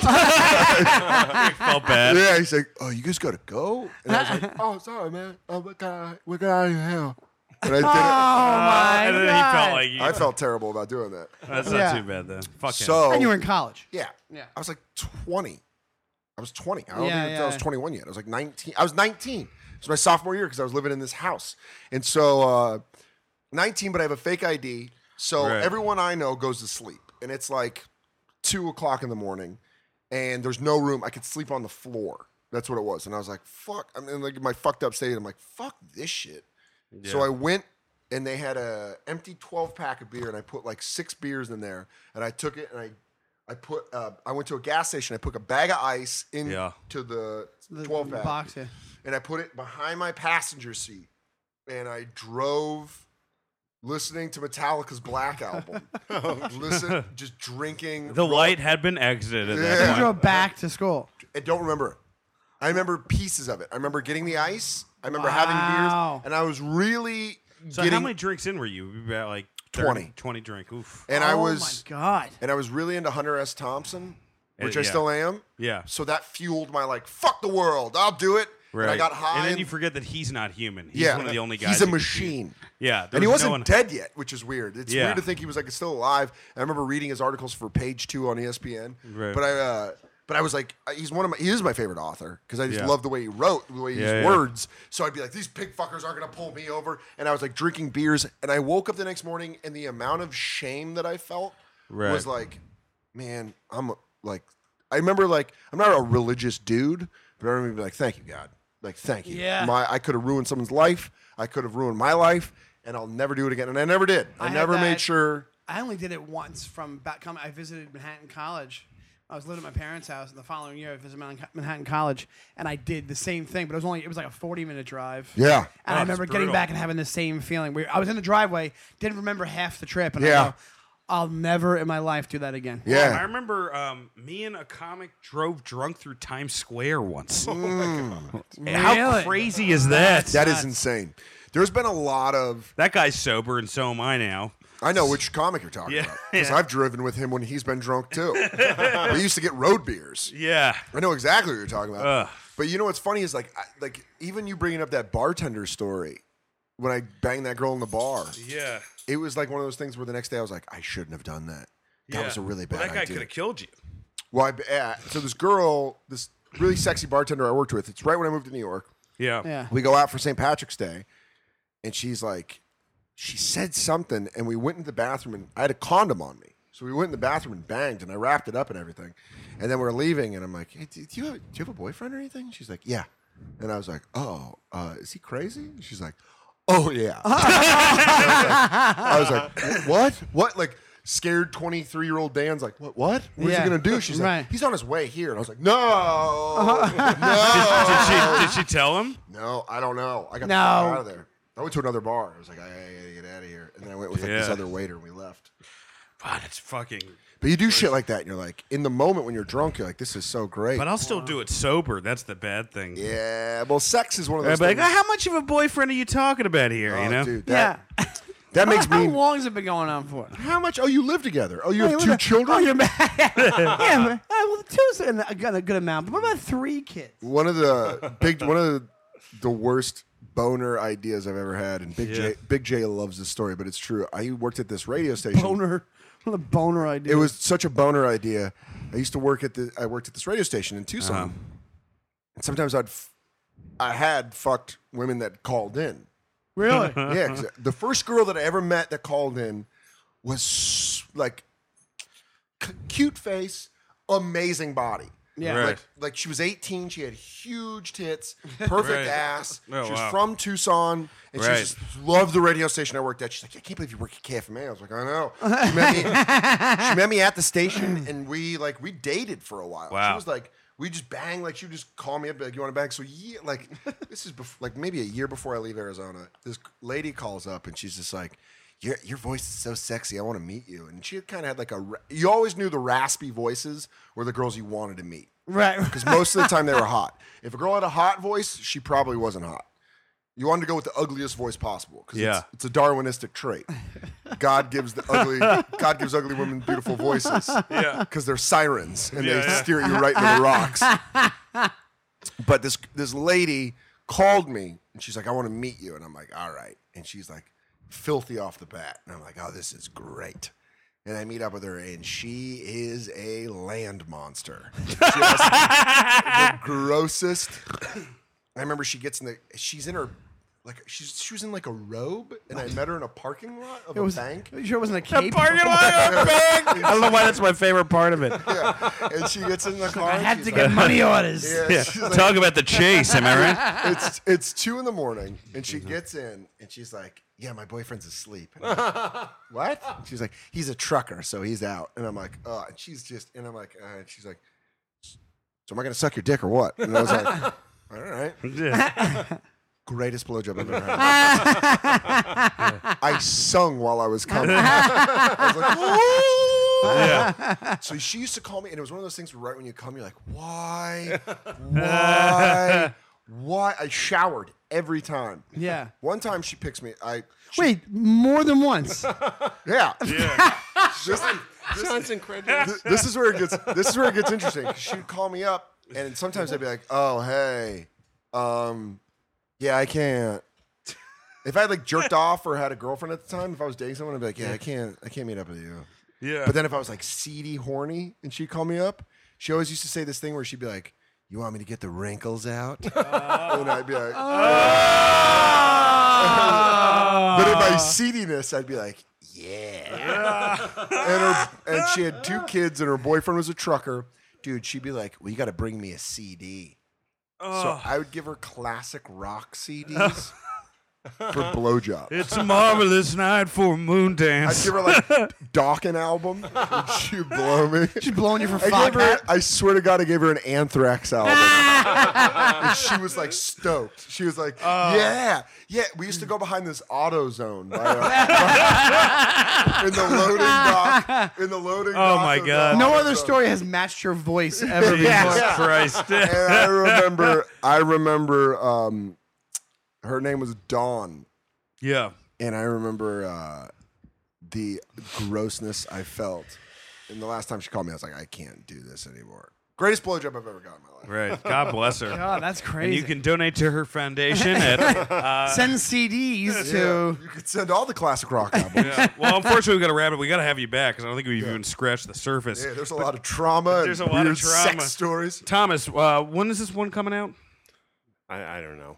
[SPEAKER 1] bad.
[SPEAKER 2] yeah. He's like, oh, you just got to go? And I was like, oh, sorry, man. Oh, we're going we're out of here. And I did
[SPEAKER 3] Oh,
[SPEAKER 2] it.
[SPEAKER 3] my
[SPEAKER 1] and then
[SPEAKER 3] God.
[SPEAKER 1] he felt like you.
[SPEAKER 2] I felt terrible about doing that.
[SPEAKER 1] That's
[SPEAKER 3] Yeah.
[SPEAKER 1] not too bad though. Fuck him.
[SPEAKER 2] So
[SPEAKER 3] and you were in college.
[SPEAKER 2] Yeah.
[SPEAKER 3] Yeah.
[SPEAKER 2] I was like 20. I was 20. I don't
[SPEAKER 3] Yeah,
[SPEAKER 2] even think I was
[SPEAKER 3] yeah.
[SPEAKER 2] 21 yet. I was like 19. I was 19. It was my sophomore year because I was living in this house. And so, uh, 19, but I have a fake ID. So
[SPEAKER 1] Right.
[SPEAKER 2] everyone I know goes to sleep. And it's like two o'clock in the morning. And there's no room. I could sleep on the floor. That's what it was. And I was like, fuck. I'm in like my fucked up state. I'm like, fuck this shit. So I went and they had a empty 12 pack of beer and I put like six beers in there and I took it and I I put uh, I went to a gas station. I put a bag of ice into
[SPEAKER 1] Yeah.
[SPEAKER 2] the
[SPEAKER 3] The
[SPEAKER 2] 12 pack
[SPEAKER 3] box, yeah.
[SPEAKER 2] and I put it behind my passenger seat and I drove listening to Metallica's Black album. Listen, just drinking
[SPEAKER 1] The light had been exited at
[SPEAKER 2] Yeah.
[SPEAKER 3] You
[SPEAKER 1] that point.
[SPEAKER 3] drove back to school.
[SPEAKER 2] I don't remember it. I remember pieces of it. I remember getting the ice. I remember having
[SPEAKER 3] Wow.
[SPEAKER 2] beers, and I was really
[SPEAKER 1] So
[SPEAKER 2] getting
[SPEAKER 1] how many drinks in were you? About like 30,
[SPEAKER 2] 20.
[SPEAKER 1] 20 drink. Oof.
[SPEAKER 2] and I
[SPEAKER 3] oh
[SPEAKER 2] was
[SPEAKER 3] my god.
[SPEAKER 2] and I was really into Hunter S. Thompson, which
[SPEAKER 1] Uh,
[SPEAKER 2] I
[SPEAKER 1] yeah.
[SPEAKER 2] still am.
[SPEAKER 1] Yeah.
[SPEAKER 2] So that fueled my like fuck the world, I'll do it.
[SPEAKER 1] Right.
[SPEAKER 2] And I got high.
[SPEAKER 1] And then you forget that he's not human. He's
[SPEAKER 2] yeah,
[SPEAKER 1] one of the only guys.
[SPEAKER 2] He's
[SPEAKER 1] that
[SPEAKER 2] a
[SPEAKER 1] can do-
[SPEAKER 2] machine.
[SPEAKER 1] Yeah.
[SPEAKER 2] and he
[SPEAKER 1] there's no
[SPEAKER 2] wasn't
[SPEAKER 1] one-
[SPEAKER 2] dead yet, which is weird. It's
[SPEAKER 1] Yeah.
[SPEAKER 2] weird to think he was like still alive. I remember reading his articles for Page Two on E ESPN.
[SPEAKER 1] Right.
[SPEAKER 2] But I, uh, but I was like, I- he's one of my, he is my favorite author because I just
[SPEAKER 1] Yeah.
[SPEAKER 2] love the way he wrote, the way he
[SPEAKER 1] Yeah,
[SPEAKER 2] used
[SPEAKER 1] yeah.
[SPEAKER 2] words. So I'd be like, these pig fuckers aren't gonna pull me over. And I was like drinking beers, and I woke up the next morning, and the amount of shame that I felt
[SPEAKER 1] Right.
[SPEAKER 2] was like, man, I'm like, I remember like I'm not a religious dude, but I remember being like, thank you God, like thank you.
[SPEAKER 3] Yeah.
[SPEAKER 2] My I could have ruined someone's life. I could have ruined my life, and I'll never do it again. And I never did. I,
[SPEAKER 3] I had
[SPEAKER 2] never made
[SPEAKER 3] that-
[SPEAKER 2] sure.
[SPEAKER 3] I only did it once from back coming. I visited Manhattan College. I was living at my parents' house, and the following year I visited Manhattan- Manhattan College, and I did the same thing. But it was only it was like a forty minute drive.
[SPEAKER 2] Yeah.
[SPEAKER 1] Oh,
[SPEAKER 3] And I
[SPEAKER 1] that's
[SPEAKER 3] remember getting
[SPEAKER 1] brutal.
[SPEAKER 3] back and having the same feeling. Where I was in the driveway, didn't remember half the trip, and
[SPEAKER 2] Yeah.
[SPEAKER 3] I go, I'll never in my life do that again.
[SPEAKER 1] I
[SPEAKER 2] Yeah.
[SPEAKER 1] remember um, me and a comic drove drunk through Times Square once. How
[SPEAKER 3] Really?
[SPEAKER 1] crazy is that?
[SPEAKER 2] That is insane. There's been a lot of
[SPEAKER 1] That guy's sober, and so am I now.
[SPEAKER 2] I know which comic you're talking
[SPEAKER 1] Yeah.
[SPEAKER 2] about because I've driven with him when he's been drunk too. we used to get road beers.
[SPEAKER 1] Yeah.
[SPEAKER 2] I know exactly what you're talking about.
[SPEAKER 1] Ugh.
[SPEAKER 2] But you know what's funny is like, I, like even you bringing up that bartender story when I banged that girl in the bar,
[SPEAKER 1] Yeah.
[SPEAKER 2] it was like one of those things where the next day I was like, I shouldn't have done that. That was a really bad
[SPEAKER 1] Well, that guy
[SPEAKER 2] idea.
[SPEAKER 1] could have killed you.
[SPEAKER 2] Well, I, yeah, so this girl, this really sexy bartender I worked with, it's right when I moved to New York.
[SPEAKER 1] Yeah.
[SPEAKER 3] Yeah.
[SPEAKER 2] We go out for St. Patrick's Day, and she's like, she said something, and we went in the bathroom, and I had a condom on me. So we went in the bathroom and banged, and I wrapped it up and everything. And then we're leaving, and I'm like, hey, do, do you have, do you have a boyfriend or anything? She's like, yeah. And I was like, oh, uh, is he crazy? She's like, oh, yeah. I was like, I was like, what? What? Like, scared 23 year old Dan's like, what? What? What's
[SPEAKER 3] Yeah.
[SPEAKER 2] he going to do? She's like,
[SPEAKER 3] Right. Uh-huh.
[SPEAKER 2] he's on his way here. And I was like, no.
[SPEAKER 1] Did she, did she tell him?
[SPEAKER 2] No, I don't know. I got
[SPEAKER 3] No.
[SPEAKER 2] the fuck out of there. I went to another bar. I was like, I, I gotta get out of here. And then I went with like, this
[SPEAKER 1] Yeah.
[SPEAKER 2] other waiter and we left.
[SPEAKER 1] God, it's fucking.
[SPEAKER 2] But you do shit like that and you're like, in the moment when you're drunk, you're like, this is so great.
[SPEAKER 1] But I'll still do it sober. That's the bad thing.
[SPEAKER 2] yeah. Well, sex is one of
[SPEAKER 1] I'd
[SPEAKER 2] those
[SPEAKER 1] be like,
[SPEAKER 2] things.
[SPEAKER 1] "Oh, how much of a boyfriend are you talking about here?
[SPEAKER 2] Oh,
[SPEAKER 1] you know?
[SPEAKER 2] dude, that,
[SPEAKER 3] Yeah.
[SPEAKER 2] that makes
[SPEAKER 3] How
[SPEAKER 2] me.
[SPEAKER 3] long has it been going on for?
[SPEAKER 2] How much? Oh, you live together. Oh, you have
[SPEAKER 3] Hey,
[SPEAKER 2] two
[SPEAKER 3] look at-
[SPEAKER 2] children?
[SPEAKER 3] Oh, you're mad. yeah, man. Uh, well, two's an- a good, a good amount, but what about three kids?
[SPEAKER 2] one of the big, one of the, the worst boner ideas I've ever had. And Big
[SPEAKER 1] Yeah.
[SPEAKER 2] J, Big J loves this story, but it's true. I worked at this radio station.
[SPEAKER 3] Boner, what a boner idea.
[SPEAKER 2] It was such a boner idea. I used to work at the I worked at this radio station in Tucson.
[SPEAKER 1] Uh-huh.
[SPEAKER 2] And sometimes I'd f- I had fucked women that called in.
[SPEAKER 3] really.
[SPEAKER 2] Yeah, 'cause the first girl that I ever met that called in was s- like c- cute face, amazing body.
[SPEAKER 3] Yeah.
[SPEAKER 1] Right.
[SPEAKER 2] Like, like she was 18, she had huge tits, perfect
[SPEAKER 1] Right.
[SPEAKER 2] ass.
[SPEAKER 1] Oh,
[SPEAKER 2] she was
[SPEAKER 1] wow.
[SPEAKER 2] from Tucson, and
[SPEAKER 1] Right.
[SPEAKER 2] she just loved the radio station I worked at. She's like, I can't believe you work at KFMA. I was like, I know. She met me, she met me at the station, and we like we dated for a while.
[SPEAKER 1] Wow.
[SPEAKER 2] She was like, we just bang. Like she would just call me up, be like, you want to bang? So yeah, like this is bef- like maybe a year before I leave Arizona. This lady calls up, and she's just like. Your, your voice is so sexy. I want to meet you. And she kind of had like a. ra- You always knew the raspy voices were the girls you wanted to meet
[SPEAKER 3] Right.
[SPEAKER 2] because most of the time they were hot. If a girl had a hot voice, she probably wasn't hot. You wanted to go with the ugliest voice possible because
[SPEAKER 1] Yeah.
[SPEAKER 2] it's, it's a Darwinistic trait. God gives the ugly God gives ugly women beautiful voices
[SPEAKER 1] Yeah.
[SPEAKER 2] because they're sirens and
[SPEAKER 1] Yeah,
[SPEAKER 2] they
[SPEAKER 1] yeah.
[SPEAKER 2] steer you right into the rocks. but this this lady called me and she's like, "I want to meet you," and I'm like, "All right," and she's like, filthy off the bat, and I'm like, "Oh, this is great." And I meet up with her, and she is a land monster. She has the grossest. I remember she gets in the. She's in her. like she's she was in like a robe, and I met her in a parking lot of
[SPEAKER 3] It was.
[SPEAKER 2] a bank.
[SPEAKER 3] Are you sure it wasn't a
[SPEAKER 1] The
[SPEAKER 3] cape?
[SPEAKER 1] parking lot of a bank. I don't know why that's my favorite part of it.
[SPEAKER 2] Yeah, and she gets in the car.
[SPEAKER 3] I
[SPEAKER 2] and
[SPEAKER 3] had
[SPEAKER 2] she's
[SPEAKER 3] to
[SPEAKER 2] like-
[SPEAKER 3] get money orders.
[SPEAKER 2] Yeah,
[SPEAKER 1] Yeah.
[SPEAKER 2] she's like-
[SPEAKER 1] Talk about the chase, am I right?
[SPEAKER 2] it's it's two in the morning, and she
[SPEAKER 3] Mm-hmm.
[SPEAKER 2] gets in, and she's like, "Yeah, my boyfriend's asleep." And I'm like, what? And she's like, "He's a trucker, so he's out." And I'm like, "Oh," and she's just, and I'm like, uh, and she's like, "So am I gonna suck your dick or what?" And I was like, "All right."
[SPEAKER 1] Yeah.
[SPEAKER 2] greatest blowjob I've ever had. I sung while I was coming. I was like, "Ooh." So she used to call me, and it was one of those things where right when you come, you're like, why? Why? Why? I showered every time.
[SPEAKER 3] Yeah.
[SPEAKER 2] One time she picks me. I she-
[SPEAKER 3] Wait, more than once.
[SPEAKER 2] yeah. This-
[SPEAKER 4] Sounds incredible.
[SPEAKER 2] th- this is where it gets this is where it gets interesting. She'd call me up and sometimes I'd be like, Oh hey, um, yeah, I can't. If I had like jerked off or had a girlfriend at the time, if I was dating someone, I'd be like, Yeah, I can't I can't meet up with you.
[SPEAKER 1] Yeah.
[SPEAKER 2] But then if I was like seedy horny and she'd call me up, she always used to say this thing where she'd be like, You want me to get the wrinkles out? and I'd be like, But in my seediness, I'd be like, yeah. and, her, and she had two kids, and her boyfriend was a trucker. Dude, she'd be like, well, you got to bring me a CD. So I would give her classic rock CDs for blowjob.
[SPEAKER 1] It's a marvelous night for a moon
[SPEAKER 2] I'd
[SPEAKER 1] dance.
[SPEAKER 2] give her like Dawkin album, and she'd blow me.
[SPEAKER 3] She's blowing you for
[SPEAKER 2] I,
[SPEAKER 3] five.
[SPEAKER 2] gave her, I swear to God, I gave her an Anthrax album. And she was like stoked. She was like,
[SPEAKER 3] Uh.
[SPEAKER 2] "Yeah, yeah." We used to go behind this auto zone by, uh, in the loading dock. In the loading.
[SPEAKER 1] Oh,
[SPEAKER 2] dock
[SPEAKER 1] my
[SPEAKER 2] of the
[SPEAKER 1] God.
[SPEAKER 3] No
[SPEAKER 2] auto
[SPEAKER 3] other
[SPEAKER 2] zone.
[SPEAKER 3] story has matched your voice ever before.
[SPEAKER 1] Jesus Christ.
[SPEAKER 2] And I remember, I remember, um, her name was Dawn,
[SPEAKER 1] yeah.
[SPEAKER 2] and I remember uh, the grossness I felt. And the last time she called me, I was like, "I can't do this anymore." Greatest blowjob I've ever gotten in my life.
[SPEAKER 1] Right. God bless her.
[SPEAKER 3] God, Oh, that's
[SPEAKER 1] and
[SPEAKER 3] crazy.
[SPEAKER 1] you uh, can donate to her foundation at
[SPEAKER 3] send CDs to.
[SPEAKER 2] Yeah, you could send all the classic rock albums.
[SPEAKER 1] Yeah. Well, unfortunately, we got to wrap it. We got to have you back because I don't think we've even scratched the surface.
[SPEAKER 2] Yeah, there's a lot of trauma.
[SPEAKER 1] There's
[SPEAKER 2] and
[SPEAKER 1] a lot of
[SPEAKER 2] weird
[SPEAKER 1] trauma.
[SPEAKER 2] Sex stories.
[SPEAKER 1] Thomas, uh, when is this one coming out?
[SPEAKER 4] I, I don't know.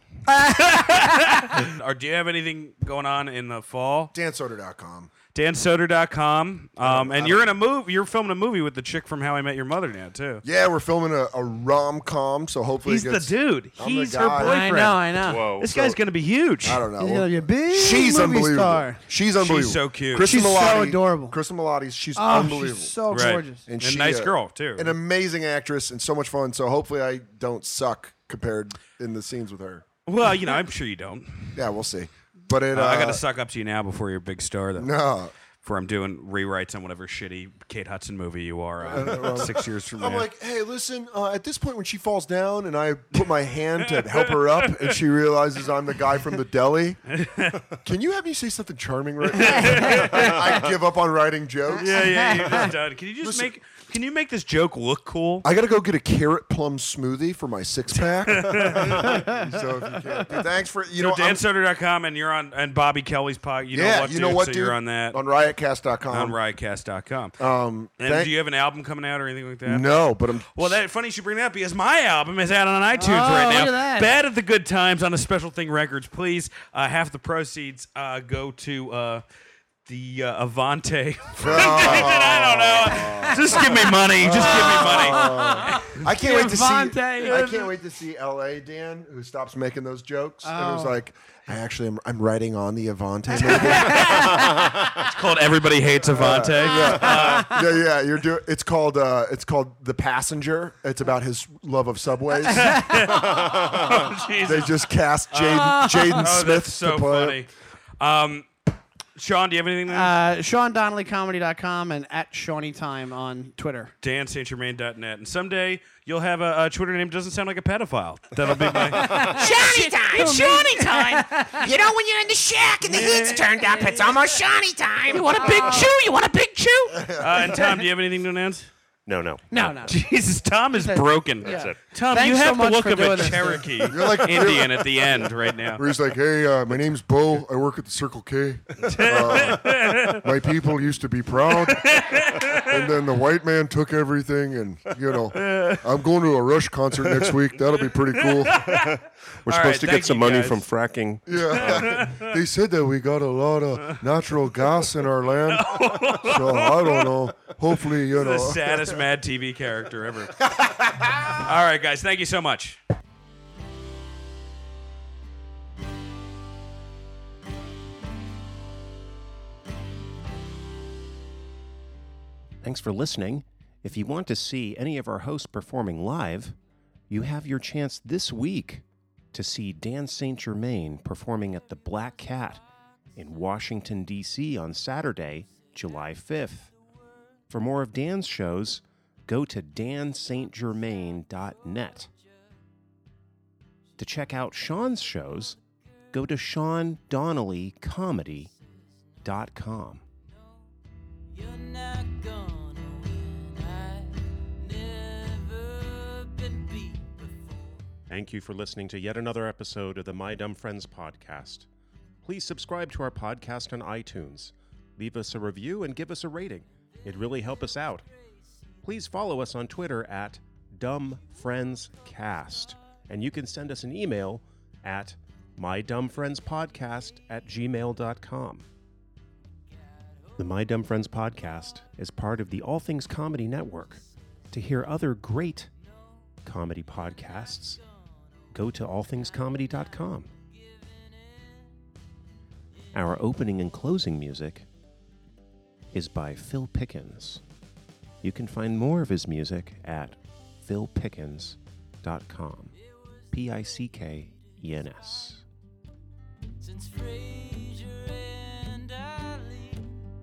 [SPEAKER 1] Or do you have anything going on in the fall?
[SPEAKER 2] DanSoder.com.
[SPEAKER 1] DanSoder.com. Um, and you're in a movie. You're filming a movie with the chick from How I Met Your Mother now too.
[SPEAKER 2] Yeah, we're filming a, a rom com, so hopefully
[SPEAKER 1] He's
[SPEAKER 2] it
[SPEAKER 1] the
[SPEAKER 2] gets,
[SPEAKER 1] dude.
[SPEAKER 2] I'm the
[SPEAKER 1] He's her
[SPEAKER 2] guy.
[SPEAKER 1] boyfriend.
[SPEAKER 3] I know, I know.
[SPEAKER 4] Whoa.
[SPEAKER 1] This guy's gonna be huge.
[SPEAKER 2] I don't know.
[SPEAKER 3] He's gonna be a big
[SPEAKER 2] she's
[SPEAKER 3] movie
[SPEAKER 2] unbelievable.
[SPEAKER 3] star.
[SPEAKER 2] She's unbelievable.
[SPEAKER 1] so cute.
[SPEAKER 2] Kristen
[SPEAKER 3] She's so
[SPEAKER 2] Milotti-
[SPEAKER 3] adorable.
[SPEAKER 2] Kristen Milotti's. She's
[SPEAKER 3] Oh,
[SPEAKER 2] unbelievable.
[SPEAKER 3] she's so
[SPEAKER 1] Right.
[SPEAKER 3] gorgeous.
[SPEAKER 1] And nice girl, too.
[SPEAKER 2] uh, An amazing actress and so much fun. So hopefully I don't suck compared in the scenes with her.
[SPEAKER 1] Well, you know, I'm sure you don't.
[SPEAKER 2] Yeah, we'll see. But it. Uh,
[SPEAKER 1] Uh, I got to suck up to you now before you're a big star, though.
[SPEAKER 2] No.
[SPEAKER 1] Before I'm doing rewrites on whatever shitty Kate Hudson movie you are uh, six years from now.
[SPEAKER 2] I'm like, hey, listen. Uh, at this point, when she falls down, and I put my hand to help her up, and she realizes I'm the guy from the deli. Can you have me say something charming right now? I give up on writing jokes.
[SPEAKER 1] yeah, yeah, you're just done. Can you just
[SPEAKER 2] Listen-
[SPEAKER 1] make? Can you make this joke look cool?
[SPEAKER 2] I gotta go get a carrot plum smoothie for my six pack. so if you can, Dude, thanks for you know. I'm-
[SPEAKER 1] DanSoder.com and you're on and Bobby Kelly's pod. You know
[SPEAKER 2] yeah,
[SPEAKER 1] what?
[SPEAKER 2] you know what,
[SPEAKER 1] so
[SPEAKER 2] dude?
[SPEAKER 1] You're on that
[SPEAKER 2] on
[SPEAKER 1] on,
[SPEAKER 2] riotcast.com.
[SPEAKER 1] Riotcast.com.
[SPEAKER 2] Um,
[SPEAKER 1] and
[SPEAKER 2] thank-
[SPEAKER 1] do you have an album coming out or anything like that?
[SPEAKER 2] no, but I'm.
[SPEAKER 1] Well, that funny you should bring that up because my album is out on iTunes
[SPEAKER 3] Oh,
[SPEAKER 1] right now.
[SPEAKER 3] look at that.
[SPEAKER 1] Bad of the Good Times on the Special Thing Records. Please, uh, half the proceeds uh, go to uh, the uh, Avante. I don't know. Just give me money. Just give me money.
[SPEAKER 2] I can't wait to see.
[SPEAKER 3] Devante.
[SPEAKER 2] I can't wait to see L.A. Dan, who stops making those jokes, and it was
[SPEAKER 3] Oh.
[SPEAKER 2] like, I actually am. I'm writing on the Avante. movie."
[SPEAKER 1] It's called Everybody Hates Avante. Uh-huh.
[SPEAKER 2] yeah, yeah, you're doing. It's called. Uh, it's called the passenger. It's about his love of subways.
[SPEAKER 1] Jesus.
[SPEAKER 2] they just cast Jaden, Jaden
[SPEAKER 1] Oh,
[SPEAKER 2] Smith
[SPEAKER 1] that's so
[SPEAKER 2] to play. it.
[SPEAKER 1] funny. Um, Sean, do you have anything? to
[SPEAKER 3] Uh, SeanDonnellyComedy.com and at Shawnee Time on Twitter.
[SPEAKER 1] DanSaintGermain.net. And someday you'll have a, a Twitter name that doesn't sound like a pedophile. That'll be my. uh,
[SPEAKER 5] Shawnee time. It's Shawnee time. You know when you're in the shack and the heat's turned up, it's almost Shawnee time. You want a big
[SPEAKER 3] Uh,
[SPEAKER 5] chew? You want a big chew?
[SPEAKER 1] Uh, and Tom, do you have anything to announce?
[SPEAKER 4] No, no.
[SPEAKER 3] No, no.
[SPEAKER 1] Jesus, Tom is broken.
[SPEAKER 3] That's
[SPEAKER 4] it.
[SPEAKER 1] Tom,
[SPEAKER 3] Thanks
[SPEAKER 1] you
[SPEAKER 3] so
[SPEAKER 1] have the
[SPEAKER 3] much
[SPEAKER 1] look
[SPEAKER 3] for
[SPEAKER 1] of a
[SPEAKER 3] doing this.
[SPEAKER 1] Cherokee
[SPEAKER 2] You're like
[SPEAKER 1] Indian at the end right now.
[SPEAKER 2] Where he's like, "Hey, uh, my name's Bo. I work at the Circle K. Uh, my people used to be proud, and then the white man took everything. And you know, I'm going to a Rush concert next week. That'll be pretty cool.
[SPEAKER 1] All
[SPEAKER 4] We're
[SPEAKER 1] right,
[SPEAKER 4] supposed to
[SPEAKER 1] thank
[SPEAKER 4] get some
[SPEAKER 1] you,
[SPEAKER 4] money
[SPEAKER 1] guys.
[SPEAKER 4] from fracking.
[SPEAKER 2] Yeah, they said that we got a lot of natural gas in our land. So I don't know. Hopefully, you
[SPEAKER 1] the
[SPEAKER 2] know."
[SPEAKER 1] saddest Mad TV character ever. All right, guys, thank you so much.
[SPEAKER 4] Thanks for listening. If you want to see any of our hosts performing live, you have your chance this week to see Dan St. Germain performing at the Black Cat in Washington, D.C. on Saturday, July 5th. For more of Dan's shows, go to danstgermain.net. To check out Sean's shows, go to seandonnellycomedy.com.
[SPEAKER 6] You're not gonna win. I've never been beat before.
[SPEAKER 4] Thank you for listening to yet another episode of the My Dumb Friends podcast. Please subscribe to our podcast on iTunes. Leave us a review and give us a rating. It really helps us out. Please follow us on Twitter at Dumb Friends Cast, and you can send us an email at mydumbfriendspodcast at gmail.com. The My Dumb Friends podcast is part of the All Things Comedy Network. To hear other great comedy podcasts, go to allthingscomedy.com. Our opening and closing music is by Phil Pickens. You can find more of his music at philpickens.com. P I C K E N S.
[SPEAKER 6] since Frasier and Ali,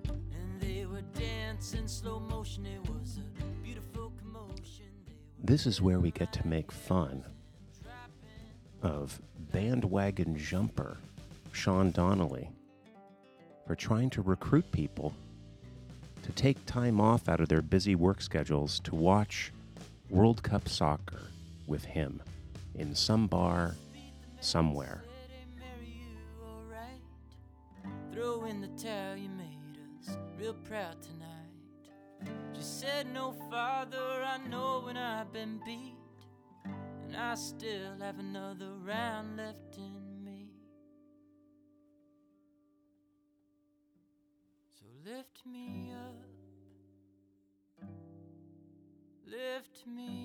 [SPEAKER 6] and they were dancing slow motion. It was a beautiful commotion. They
[SPEAKER 4] This is where we get to make fun of bandwagon jumper Sean Donnelly for trying to recruit people to take time off out of their busy work schedules to watch World Cup soccer with him in some bar somewhere.
[SPEAKER 6] marry you, alright. Throw in the towel, you made us real proud tonight. She said, No, father, I know when I've been beat, and I still have another round left in me. So lift me up, lift me